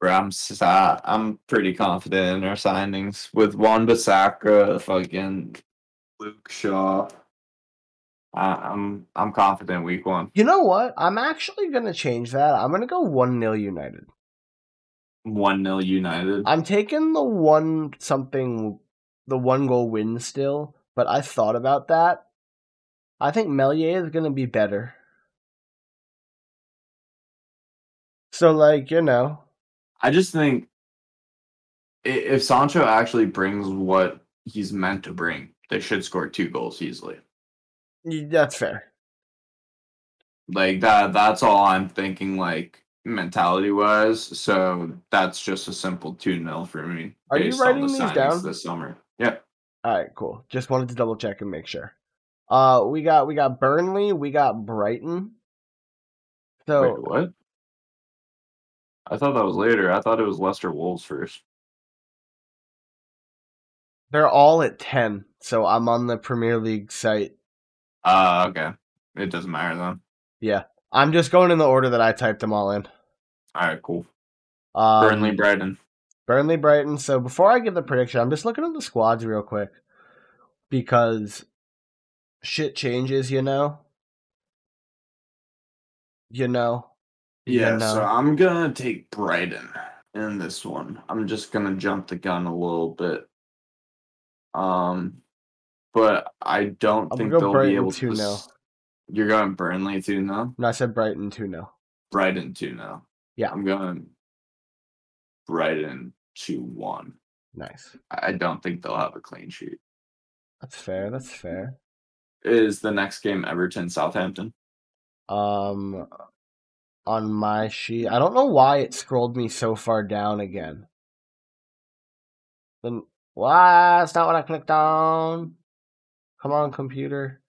B: Bro, I'm s- I- I'm pretty confident in our signings with Juan Bissaka, fucking Luke Shaw. I, I'm I'm confident week one.
A: You know what? I'm actually going to change that. I'm going to go 1 0 United.
B: One 0 United.
A: I'm taking the one something, the one goal win still, but I thought about that. I think Melier is going to be better. So, like, you know,
B: I just think i- if Sancho actually brings what he's meant to bring, they should score two goals easily.
A: y- that's fair.
B: Like that that's all I'm thinking like mentality wise. So that's just a simple 2-0 for me.
A: Are you
B: based on
A: writing
B: the
A: these
B: signings
A: down?
B: this summer? Yeah.
A: All right, cool. Just wanted to double check and make sure. Uh, we got we got Burnley, we got Brighton. So
B: Wait, what? I thought that was later. I thought it was Leicester Wolves first.
A: they're all at ten. So I'm on the Premier League site.
B: Ah, okay. It doesn't matter then.
A: I'm just going in the order that I typed them all in.
B: All right, cool.
A: Um,
B: Burnley, Brighton.
A: Burnley, Brighton. So before I give the prediction, I'm just looking at the squads real quick because shit changes, you know. You know, Yeah,
B: Yeah, so
A: no.
B: I'm gonna take Brighton in this one. I'm just gonna jump the gun a little bit. Um, but I don't
A: I'm gonna
B: think
A: go
B: they'll
A: Brighton
B: be able to.
A: 2-0.
B: s- You're going Burnley two now.
A: no, I said Brighton two 0
B: Brighton two now.
A: Yeah.
B: I'm going Brighton two one.
A: Nice.
B: I don't think they'll have a clean sheet.
A: That's fair. That's fair.
B: Is the next game Everton Southampton?
A: Um, on my sheet, I don't know why it scrolled me so far down again. Then why? It's not what I clicked on. Come on, computer,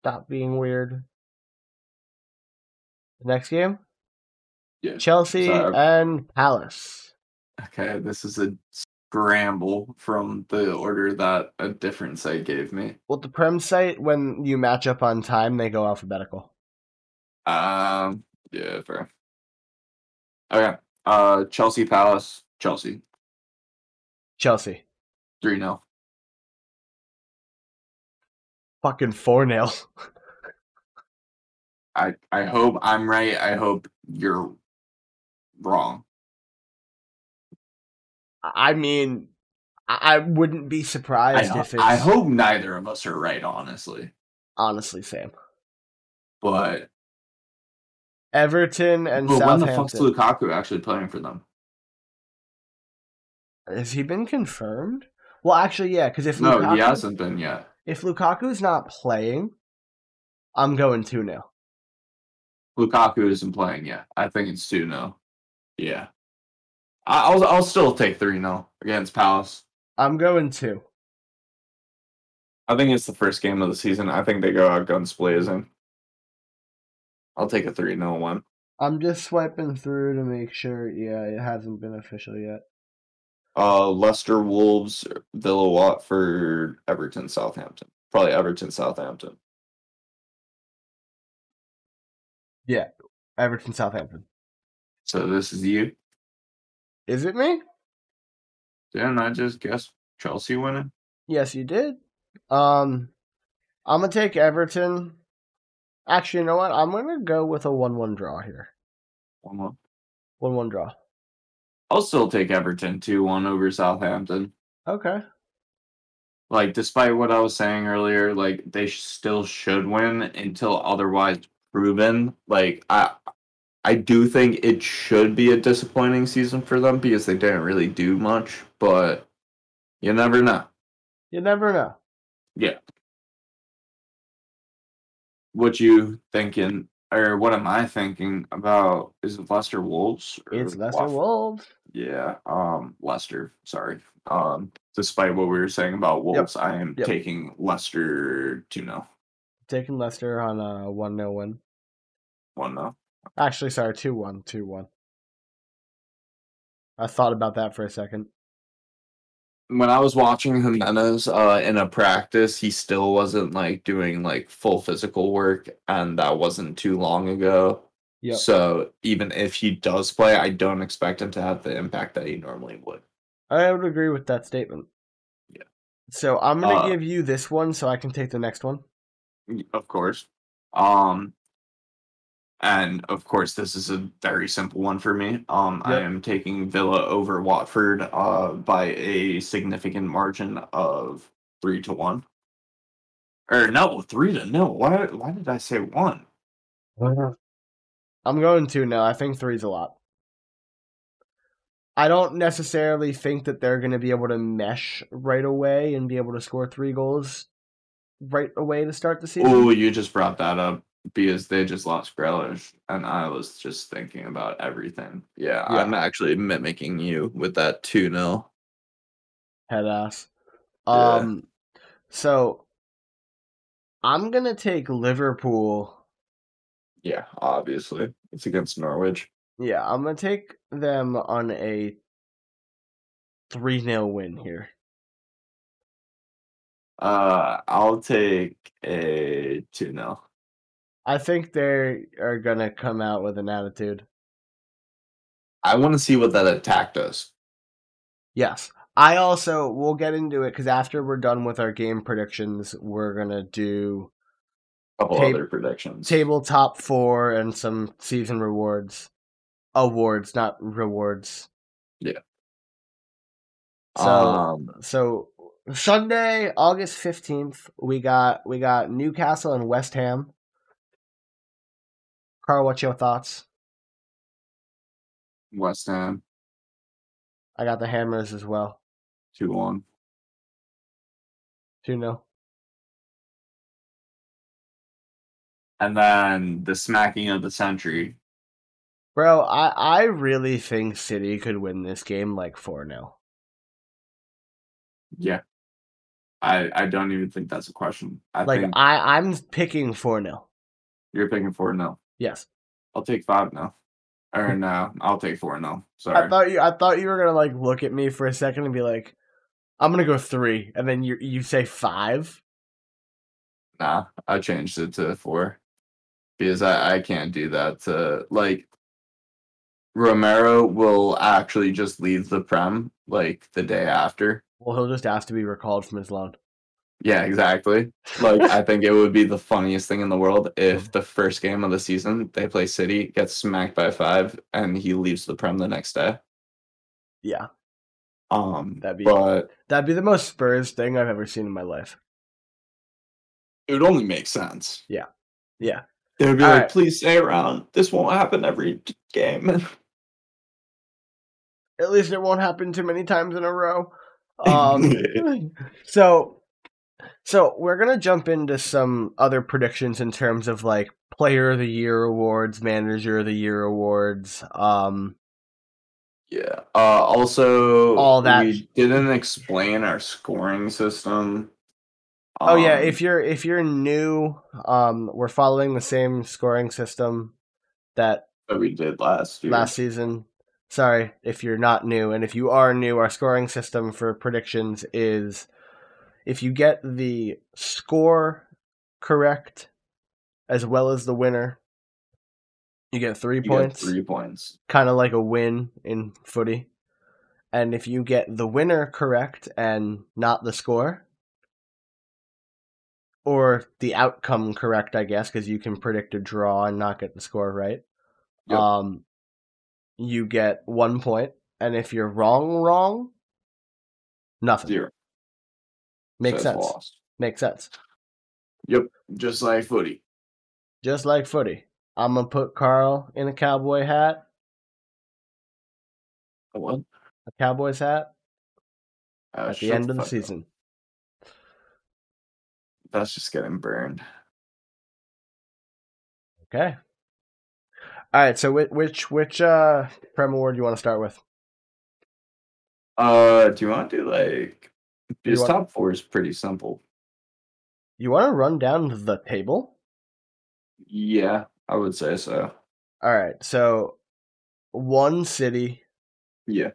A: stop being weird. The next game,
B: Yeah.
A: Chelsea
B: Sorry.
A: and Palace.
B: Okay, this is a scramble from the order that a different site gave me.
A: Well, the Prem site when you match up on time, they go alphabetical.
B: Um, yeah, fair. Okay. Uh, Chelsea Palace, Chelsea
A: Chelsea,
B: three 0
A: fucking four 0
B: I I hope I'm right. I hope you're wrong.
A: I mean, I I wouldn't be
B: I,
A: surprised
B: ho-
A: if it's
B: I hope neither of us are right, honestly.
A: honestly Sam.
B: But
A: Everton and
B: but when the fuck's
A: Southampton.
B: Lukaku actually playing for them?
A: Has he been confirmed? Well, actually, yeah, because if
B: No,
A: Lukaku,
B: he hasn't been yet.
A: if Lukaku's not playing, I'm going two 0
B: Lukaku isn't playing yet. I think it's two 0 Yeah, I, I'll I'll still take three 0 against Palace.
A: I'm going two.
B: I think it's the first game of the season. I think they go out guns blazing. I'll take a 3 0 one.
A: I'm just swiping through to make sure. Yeah, it hasn't been official yet.
B: Uh, Leicester Wolves, Villa Watford, Everton Southampton. Probably Everton Southampton.
A: Everton, Southampton.
B: So this is you.
A: Is it me?
B: Didn't I just guess Chelsea winning?
A: Yes, you did. Um, I'm gonna take Everton. Actually, you know what? I'm gonna go with a one-one draw here.
B: One one.
A: One-one draw.
B: I'll still take Everton 2 1 over Southampton.
A: Okay.
B: Like, despite what I was saying earlier, like, they sh- still should win until otherwise proven. Like, I. I do think it should be a disappointing season for them because they didn't really do much, but you never know.
A: You never know.
B: What you thinking, or what am I thinking about? Is it Lester Wolves? or
A: It's Lester
B: Waf-
A: Wolves.
B: Yeah, um, Lester. Sorry. Um, despite what we were saying about Wolves, I am
A: Yep.
B: taking Lester two no
A: Taking Lester on a 1 0 win.
B: one no.
A: Actually, sorry, 2 1. 2 1. I thought about that for a second.
B: When I was watching Jimenez uh, in a practice, he still wasn't like doing like full physical work, and that wasn't too long ago.
A: Yep.
B: So even if he does play, I don't expect him to have the impact that he normally would.
A: I would agree with that statement.
B: Yeah.
A: So I'm going to
B: Uh,
A: give you this one so I can take the next one.
B: Y- of course. Um, and of course, this is a very simple one for me. Um, I
A: Yep.
B: am taking Villa over Watford uh, by a significant margin of three to one. Or no, three to no. Why? Why did I say one? Uh-huh.
A: I'm going 2 now. I think three's a lot. I don't necessarily think that they're going to be able to mesh right away and be able to score three goals right away to start the season.
B: Oh, you just brought that up because they just lost Grealish, and I was just thinking about everything. Yeah,
A: Yeah.
B: I'm actually mimicking you with that two no.
A: head ass.
B: Yeah.
A: Um, so I'm gonna take Liverpool.
B: Yeah, obviously it's against Norwich.
A: Yeah, I'm gonna take them on a three 0 win here.
B: Uh, I'll take a two nil.
A: I think they are gonna come out with an attitude.
B: I want to see what that attack does.
A: Yes. I also we'll get into it because after we're done with our game predictions, we're gonna do
B: Couple
A: Tab-
B: other predictions.
A: table top four and some season rewards, awards, not rewards. so-
B: um,
A: so Sunday, August fifteenth, we got we got Newcastle and West Ham. Carl, what's your thoughts?
B: West Ham
A: I got the Hammers as well.
B: two one.
A: Two 0
B: And then the smacking of the century.
A: Bro, I I really think City could win this game like four 0
B: Yeah, I I don't even think that's a question. I
A: Like
B: think
A: I I'm picking four 0
B: you're picking four no.
A: Yes,
B: I'll take five no. Or no, I'll take four no.
A: I
B: Sorry.
A: thought you I thought you were gonna like look at me for a second and be like, I'm gonna go three, and then you you say five.
B: Nah, I changed it to four because I, I can't do that to like Romero will actually just leave the prem like the day after.
A: Well, he'll just ask to be recalled from his loan.
B: Yeah, exactly. Like I think it would be the funniest thing in the world if the first game of the season they play City, gets smacked by five, and he leaves the prem the next day.
A: Yeah,
B: Um
A: That'd be-
B: but
A: that'd be the most Spurs thing I've ever seen in my life.
B: it would only make sense.
A: Yeah. Yeah.
B: They would be
A: All
B: like,
A: right.
B: please stay around. This won't happen every t- game.
A: At least it won't happen too many times in a row. Um, so, so we're gonna jump into some other predictions in terms of like player of the year awards, manager of the year awards. Um,
B: Yeah. Uh, also,
A: All that-
B: we didn't explain our scoring system.
A: oh yeah,
B: Um,
A: if you're if you're new, um, we're following the same scoring system that
B: that we did last year.
A: last season. Sorry if you're not new, and if you are new, our scoring system for predictions is if you get the score correct as well as the winner, you get three
B: You get
A: points,
B: Three points.
A: kind of like a win in footy. And if you get the winner correct and not the score, or the outcome correct, I guess, because you can predict a draw and not get the score right.
B: Yep.
A: Um, you get one point, and if you're wrong, wrong, nothing.
B: Zero.
A: Makes
B: So it's
A: sense.
B: Lost.
A: Makes sense.
B: Yep. Just like footy.
A: Just like footy. I'm gonna put Carl in a cowboy hat,
B: What?
A: a cowboy's hat,
B: Oh,
A: at
B: shut
A: the end of the
B: fuck up.
A: season.
B: That's just getting burned.
A: Okay. All right. So which which, which uh prem award do you want to start with?
B: Uh, do you want to do like
A: You
B: his
A: want-
B: top four is pretty simple.
A: You want to run down the table?
B: Yeah, I would say so.
A: All right. So one city,
B: Yeah.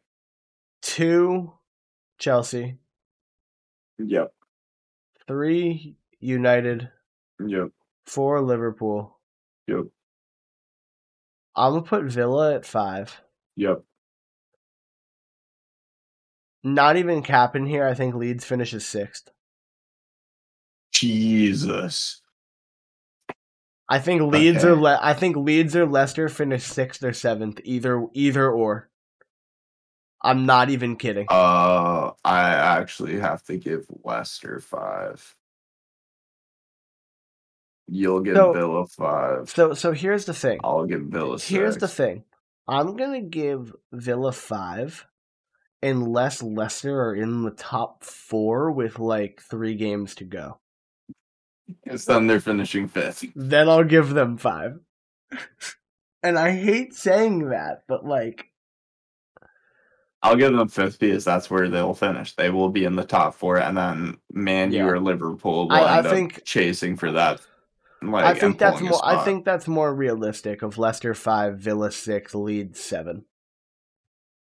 A: two Chelsea,
B: Yep.
A: three United,
B: Yep.
A: four Liverpool.
B: Yep.
A: I'm gonna put Villa at five.
B: Yep.
A: Not even capping here. I think Leeds finishes sixth.
B: Jesus.
A: I think Leeds
B: Okay.
A: or Le- I think Leeds or Leicester finish sixth or seventh. Either either or. I'm not even kidding.
B: Uh, I actually have to give Leicester five. You'll give
A: So-
B: Villa five.
A: So so here's the thing.
B: I'll give Villa six.
A: Here's the thing. I'm gonna give Villa five, unless Leicester are in the top four with like three games to go.
B: Because then they're finishing fifth.
A: Then I'll give them five. and I hate saying that, but like
B: I'll give them fifth because that's where they'll finish. They will be in the top four, and then Man U
A: Yeah.
B: or Liverpool will
A: I- I
B: end
A: think-
B: up chasing for that. Like,
A: I think
B: and
A: that's
B: pulling a
A: more. I
B: spot.
A: think that's more realistic. Of Leicester five, Villa six, Leeds seven.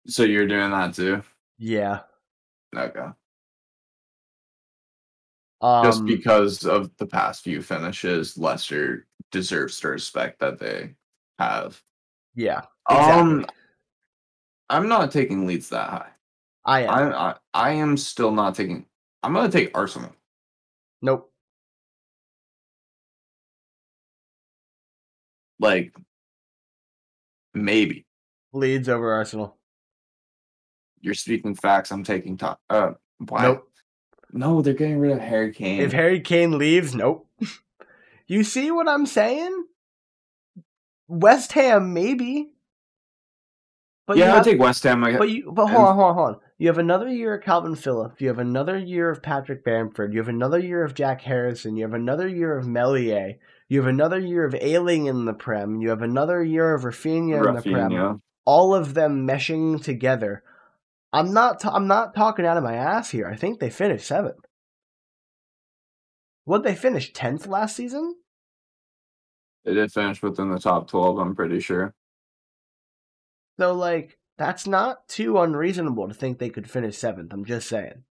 B: so. You're doing that too.
A: Yeah.
B: Okay.
A: Um,
B: Just because of the past few finishes, Leicester deserves the respect that they have.
A: Yeah.
B: Um,
A: exactly.
B: I'm not taking leads that high.
A: I am.
B: I'm I, I am still not taking. I'm gonna take Arsenal.
A: nope.
B: Like maybe
A: Leeds over Arsenal.
B: you're speaking facts. I'm taking top. Uh, why?
A: Nope.
B: No, they're getting rid of Harry Kane.
A: If Harry Kane leaves, nope. you see what I'm saying? West Ham maybe. But
B: yeah,
A: you
B: I'll
A: have,
B: take West Ham. I,
A: but you but hold
B: and-
A: on, hold on, hold on. You have another year of Calvin Phillips. You have another year of Patrick Bamford. You have another year of Jack Harrison. You have another year of Melier. You have another year of Ailing in the Prem. You have another year of Rafinha, in the Prem.
B: Rafinha.
A: all of them meshing together. I'm not. T- I'm not talking out of my ass here. I think they finished seventh. What they finish tenth last season?
B: They did finish within the top twelve. I'm pretty sure.
A: So like that's not too unreasonable to think they could finish seventh. I'm just saying.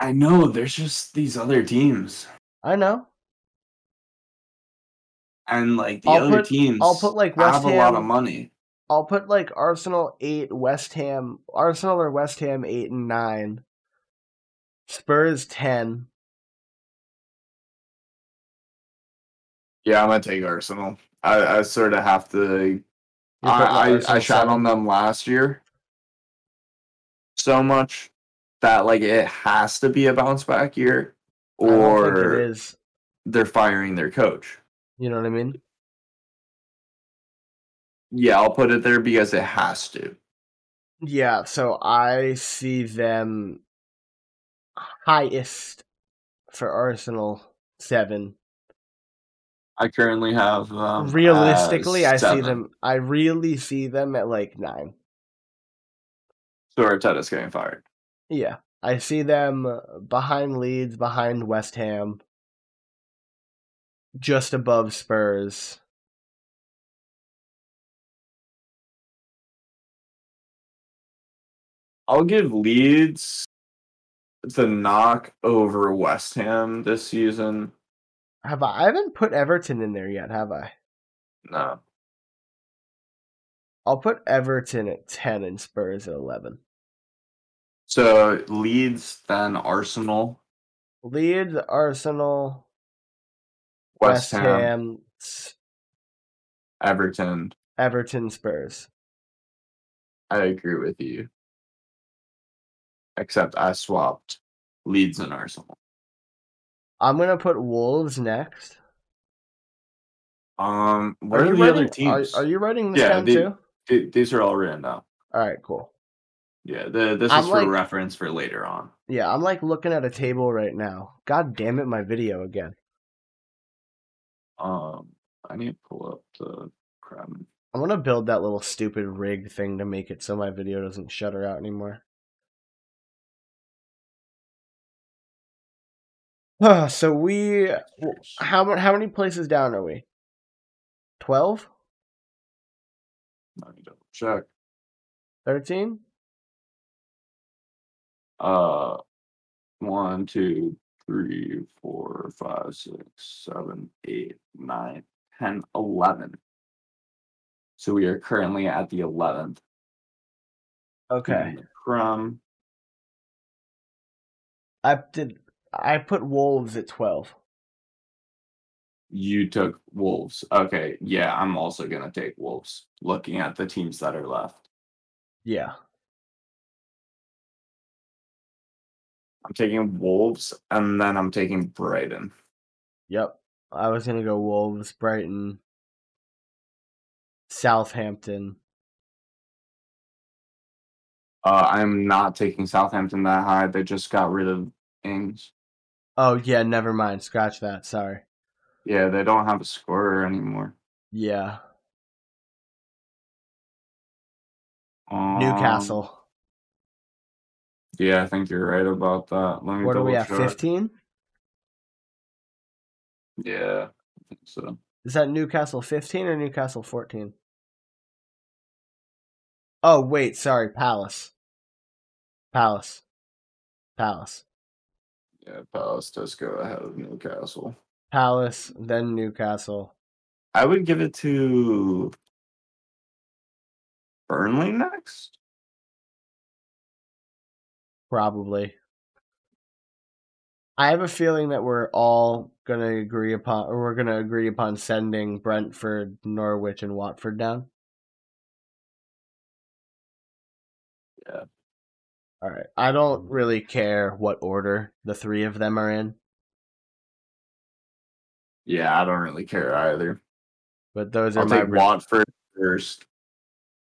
B: I know. There's just these other teams,
A: I know.
B: and like the
A: I'll
B: other
A: put-
B: teams.
A: I'll put like West
B: have a lot of
A: Ham.
B: money.
A: I'll put like Arsenal eight, West Ham, Arsenal or West Ham eight and nine, Spurs ten.
B: Yeah, I'm gonna take Arsenal. I, I sort of have to.
A: You put, like,
B: I, I, I
A: Arsenal
B: shot
A: seventh.
B: on them last year so much that like it has to be a bounce back year,
A: I don't think it
B: or
A: is.
B: they're firing their coach.
A: You know what I mean?
B: Yeah, I'll put it there because it has to.
A: Yeah, so I see them highest for Arsenal seven.
B: I currently have um,
A: Realistically,
B: as
A: I see
B: seven.
A: them. I really see them at like nine.
B: So Arteta's getting fired.
A: Yeah, I see them behind Leeds, behind West Ham, just above Spurs.
B: I'll give Leeds the knock over West Ham this season.
A: Have I? I haven't put Everton in there yet, have I?
B: No,
A: I'll put Everton at ten and Spurs at eleven.
B: so Leeds then Arsenal,
A: Leeds, Arsenal,
B: West, Ham,
A: Ham S-
B: Everton.
A: Everton, Spurs.
B: I agree with you. Except I swapped Leeds and Arsenal.
A: I'm gonna put Wolves next.
B: Um, where are,
A: you
B: the
A: writing,
B: other
A: are-
B: teams?
A: Are, you writing this
B: Yeah,
A: down
B: the-
A: too?
B: Th- These are all written down.
A: All right, cool.
B: Yeah, the, this
A: I'm
B: is for
A: like-
B: reference for later on.
A: Yeah, I'm like looking at a table right now. God damn it, my video again.
B: Um, I need to pull up the crab.
A: I want to build that little stupid rig thing to make it so my video doesn't shutter out anymore. Ah, so we how mu- how many places down are we? Twelve?
B: Let me double check.
A: Thirteen?
B: Uh, one, two, three, four, five, six, seven, eight, nine, ten, eleven. So we are currently at the eleventh.
A: Okay.
B: From
A: I did I put wolves at twelve.
B: you took wolves. Okay, yeah, I'm also gonna take wolves. Looking at the teams that are left,
A: Yeah.
B: I'm taking wolves, and then I'm taking Brighton.
A: Yep. I was gonna go Wolves, Brighton, Southampton.
B: Uh, I'm not taking Southampton that high. They just got rid of Ings.
A: Oh yeah, never mind. Scratch that. Sorry.
B: Yeah, they don't have a scorer anymore.
A: Yeah.
B: Um,
A: Newcastle.
B: Yeah, I think you're right about that. Um, Let me
A: What are we
B: double
A: at?
B: check.
A: Fifteen?
B: Yeah, I think so.
A: Is that Newcastle fifteen or Newcastle fourteen? Oh wait, sorry, Palace. Palace. Palace.
B: Yeah, Palace does go ahead of Newcastle.
A: Palace, then Newcastle.
B: I would give it to Burnley next.
A: Probably. I have a feeling that we're all gonna agree upon, or we're gonna agree upon sending Brentford, Norwich, and Watford down.
B: Yeah. Mm.
A: All right. I don't really care what order the three of them are in,
B: Yeah, I don't really care either.
A: but those are
B: I'll
A: my.
B: take
A: re-
B: Watford first,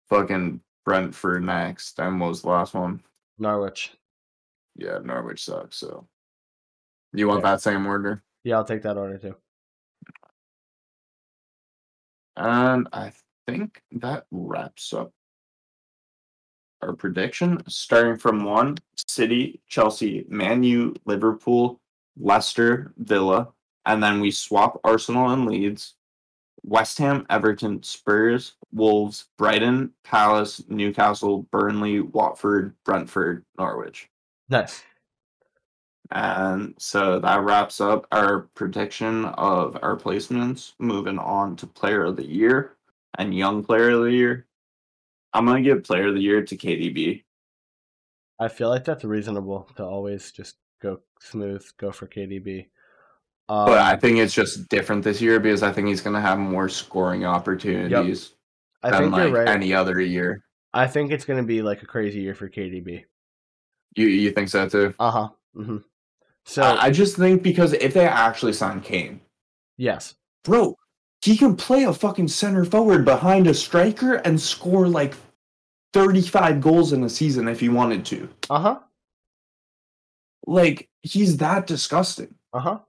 B: fucking Brentford next, and what was the last one?
A: Norwich.
B: Yeah, Norwich sucks. So you want
A: Fair.
B: that same order?
A: Yeah, I'll take that order too.
B: And I think that wraps up our prediction. Starting from one City, Chelsea, Man U, Liverpool, Leicester, Villa, and then we swap Arsenal and Leeds, West Ham, Everton, Spurs, Wolves, Brighton, Palace, Newcastle, Burnley, Watford, Brentford, Norwich.
A: Nice.
B: And so that wraps up our prediction of our placements. Moving on to player of the year and young player of the year. I'm gonna give player of the year to KDB.
A: I feel like that's reasonable to always just go smooth, go for KDB. Um,
B: But I think it's just different this year because I think he's gonna have more scoring opportunities
A: I
B: than
A: think
B: like
A: you're right.
B: any other year.
A: I think it's going to be like a crazy year for KDB.
B: You you think so too?
A: Uh huh. hmm So
B: Uh-huh. Mm-hmm. I, I just think because if they actually sign Kane,
A: yes,
B: bro, he can play a fucking center forward behind a striker and score like 35 goals in a season if he wanted to.
A: uh huh,
B: Like, he's that disgusting.
A: uh huh.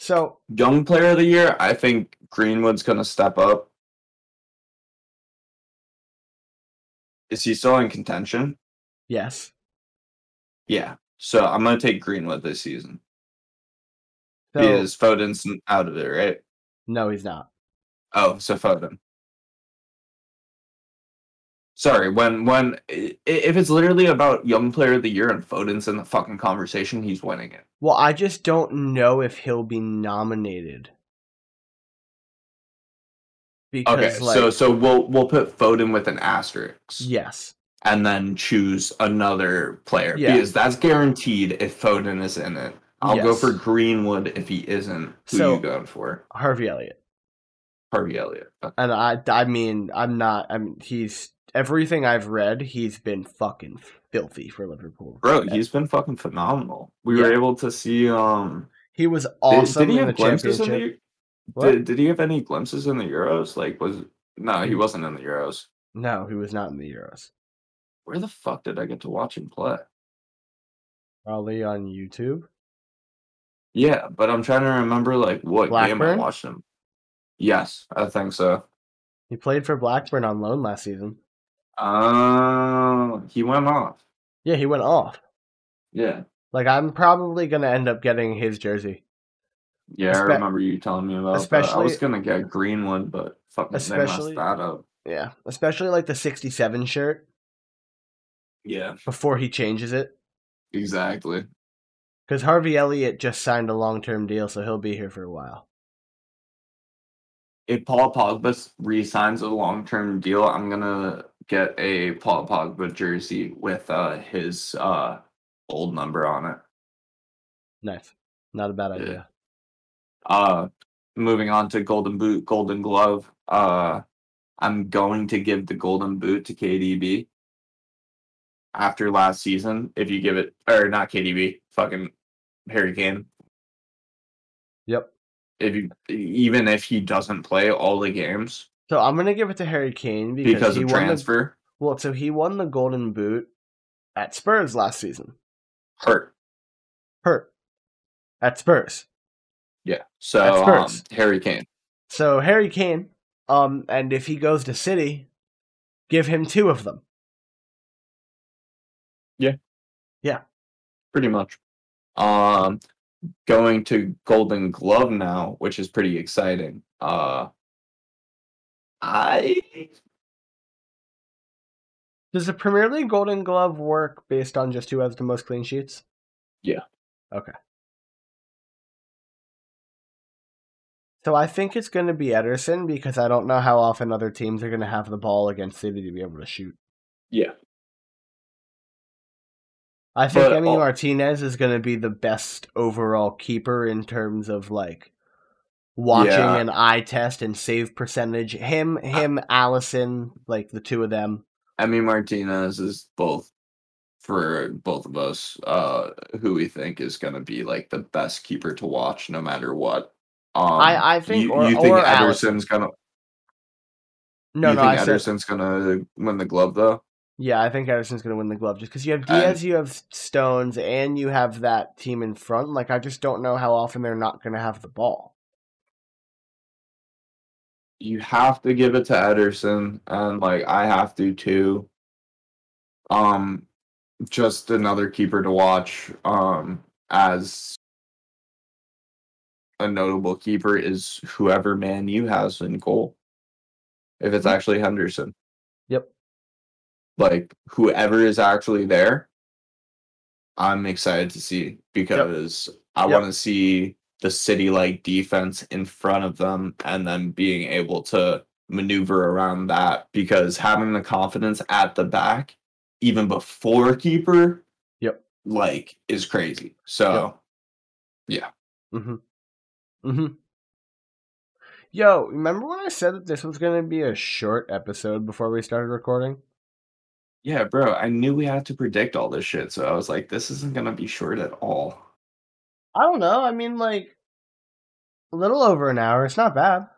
A: So
B: Young player of the year, I think Greenwood's going to step up. Is he still in contention?
A: yes,
B: Yeah. So I'm going to take Greenwood this season
A: so
B: because Foden's n- out of it, right?
A: no, he's not.
B: Oh, so Foden. Sorry, when when i- i- if it's literally about young player of the year and Foden's in the fucking conversation, he's winning it.
A: Well, I just don't know if he'll be nominated because
B: Okay,
A: like
B: so so we'll we'll put Foden with an asterisk
A: yes,
B: and then choose another player
A: Yeah.
B: because that's guaranteed if Foden is in it. I'll go
A: Yes.
B: for Greenwood if he isn't. Who
A: So-
B: you going for?
A: Harvey Elliott,
B: Harvey Elliott. Okay.
A: and I. I mean, I'm not. I mean, he's everything I've read. He's been fucking filthy for Liverpool.
B: Bro, he's been fucking phenomenal. We were
A: Yeah.
B: able to see um
A: He was
B: did-
A: awesome
B: did he
A: in the
B: have glimpses
A: championship.
B: in the
A: What? Mm.
B: Did, did he have any glimpses in the Euros? Like, was no, he wasn't in the Euros.
A: No, he was not in the Euros.
B: Where the fuck did I get to watch him play?
A: Probably on YouTube.
B: Yeah, but I'm trying to remember like what game I
A: Blackburn?
B: watched him. Yes, I think so.
A: He played for Blackburn on loan last season.
B: Um, he went off.
A: Yeah, he went off.
B: Yeah,
A: Like I'm probably gonna end up getting his jersey,
B: yeah, I
A: Espe-
B: remember you telling me about. Especially, I
A: especially-
B: was gonna get green one, but fucking
A: especially-
B: they messed that up.
A: yeah, especially like the '67 shirt
B: Yeah,
A: before he changes it,
B: exactly.
A: because Harvey Elliott just signed a long-term deal, so he'll be here for a while.
B: If Paul Pogba re-signs a long-term deal, I'm gonna get a Paul Pogba jersey with uh his uh old number on it.
A: Nice, not a bad idea.
B: Uh, moving on to Golden Boot, Golden Glove. Uh, I'm going to give the Golden Boot to KDB after last season. If you give it, or not KDB, fucking Harry Kane.
A: Yep.
B: If you, even if he doesn't play all the games
A: So I'm gonna give it to Harry Kane because,
B: because
A: he
B: of
A: won the
B: transfer,
A: well, so he won the Golden Boot at Spurs last season.
B: hurt.
A: Hurt at Spurs.
B: Yeah.
A: That's
B: So um,
A: first.
B: Harry Kane.
A: So Harry Kane, um, and if he goes to City, give him two of them.
B: pretty much. Um, going to Golden Glove now, which is pretty exciting. Uh, I
A: Does the Premier League Golden Glove work based on just who has the most clean sheets?
B: Yeah.
A: Okay. So I think it's going to be Ederson because I don't know how often other teams are going to have the ball against City to be able to shoot.
B: yeah,
A: I think
B: But
A: Emi
B: al-
A: Martinez is going to be the best overall keeper in terms of like watching
B: Yeah.
A: an eye test and save percentage. Him, him, Allison, like the two of them.
B: Emmy Martinez is both for both of us. Uh, who we think is going to be like the best keeper to watch, no matter what. Um,
A: I- I think-
B: you,
A: or-
B: you think
A: or
B: Ederson's gonna
A: No,
B: you
A: no,
B: think
A: I said
B: Ederson's gonna win the glove though.
A: Yeah, I think Ederson's going to win the glove just because you have
B: And-
A: Diaz, you have Stones, and you have that team in front. Like, I just don't know how often they're not going to have the ball.
B: you have to give it to Ederson, and like I have to too. Um, just another keeper to watch. Um, as a notable keeper is whoever man you has in goal. If it's actually Henderson,
A: Mm-hmm. Yep.
B: like whoever is actually there, I'm excited to see because I
A: Yep.
B: want to see the city like defense in front of them and then being able to maneuver around that because having the confidence at the back even before keeper
A: Yep.
B: like is crazy so
A: Mm-hmm. hmm Yo, remember when I said that this was going to be a short episode before we started recording?
B: yeah bro i knew we had to predict all this shit so i was like this isn't gonna be short at all
A: I don't know. I mean, like, a little over an hour. It's not bad.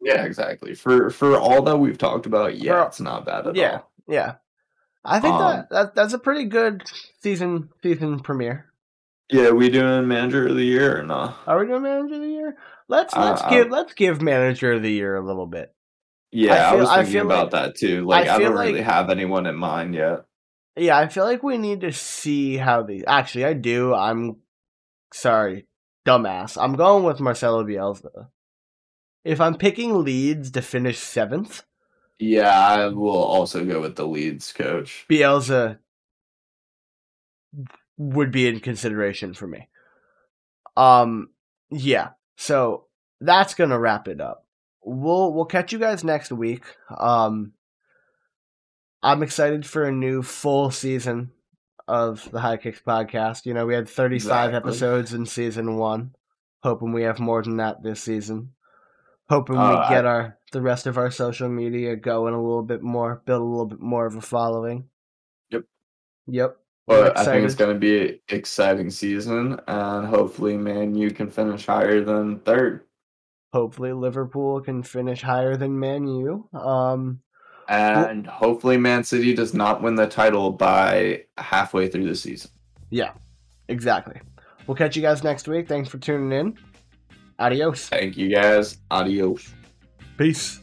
B: yeah exactly for for all that we've talked about yeah
A: For-
B: it's not bad at
A: yeah.
B: all
A: Yeah. I think
B: Um,
A: that, that that's a pretty good season season premiere.
B: yeah we doing manager of the year or not
A: Are we doing manager of the year? Let's
B: Uh,
A: let's
B: I-
A: give let's give manager of the year a little bit.
B: yeah i,
A: feel-
B: was
A: I
B: thinking
A: feel like-
B: about that too like i,
A: feel
B: don't really
A: like-
B: have anyone in mind yet
A: Yeah, I feel like we need to see how these. Actually, I do. I'm sorry, dumbass. I'm going with Marcelo Bielsa. If I'm picking Leeds to finish seventh,
B: yeah i will also go with the leads coach
A: Bielsa uh, would be in consideration for me. Um, yeah. So that's gonna wrap it up. We'll we'll catch you guys next week. Um, I'm excited for a new full season of the High Kicks podcast. You know, we had 35
B: Exactly.
A: episodes in season one. Hoping we have more than that this season. Hoping
B: Uh,
A: we get our the rest of our social media going a little bit more, build a little bit more of a following.
B: Yep.
A: Yep. We're
B: But I think it's
A: excited.
B: going to be an exciting season, and hopefully, man, you can finish higher than third.
A: Hopefully Liverpool can finish higher than Man U. Um,
B: and hopefully Man City does not win the title by halfway through the season.
A: Yeah, exactly. We'll catch you guys next week. Thanks for tuning in. Adios.
B: Thank you guys. Adios.
A: Peace.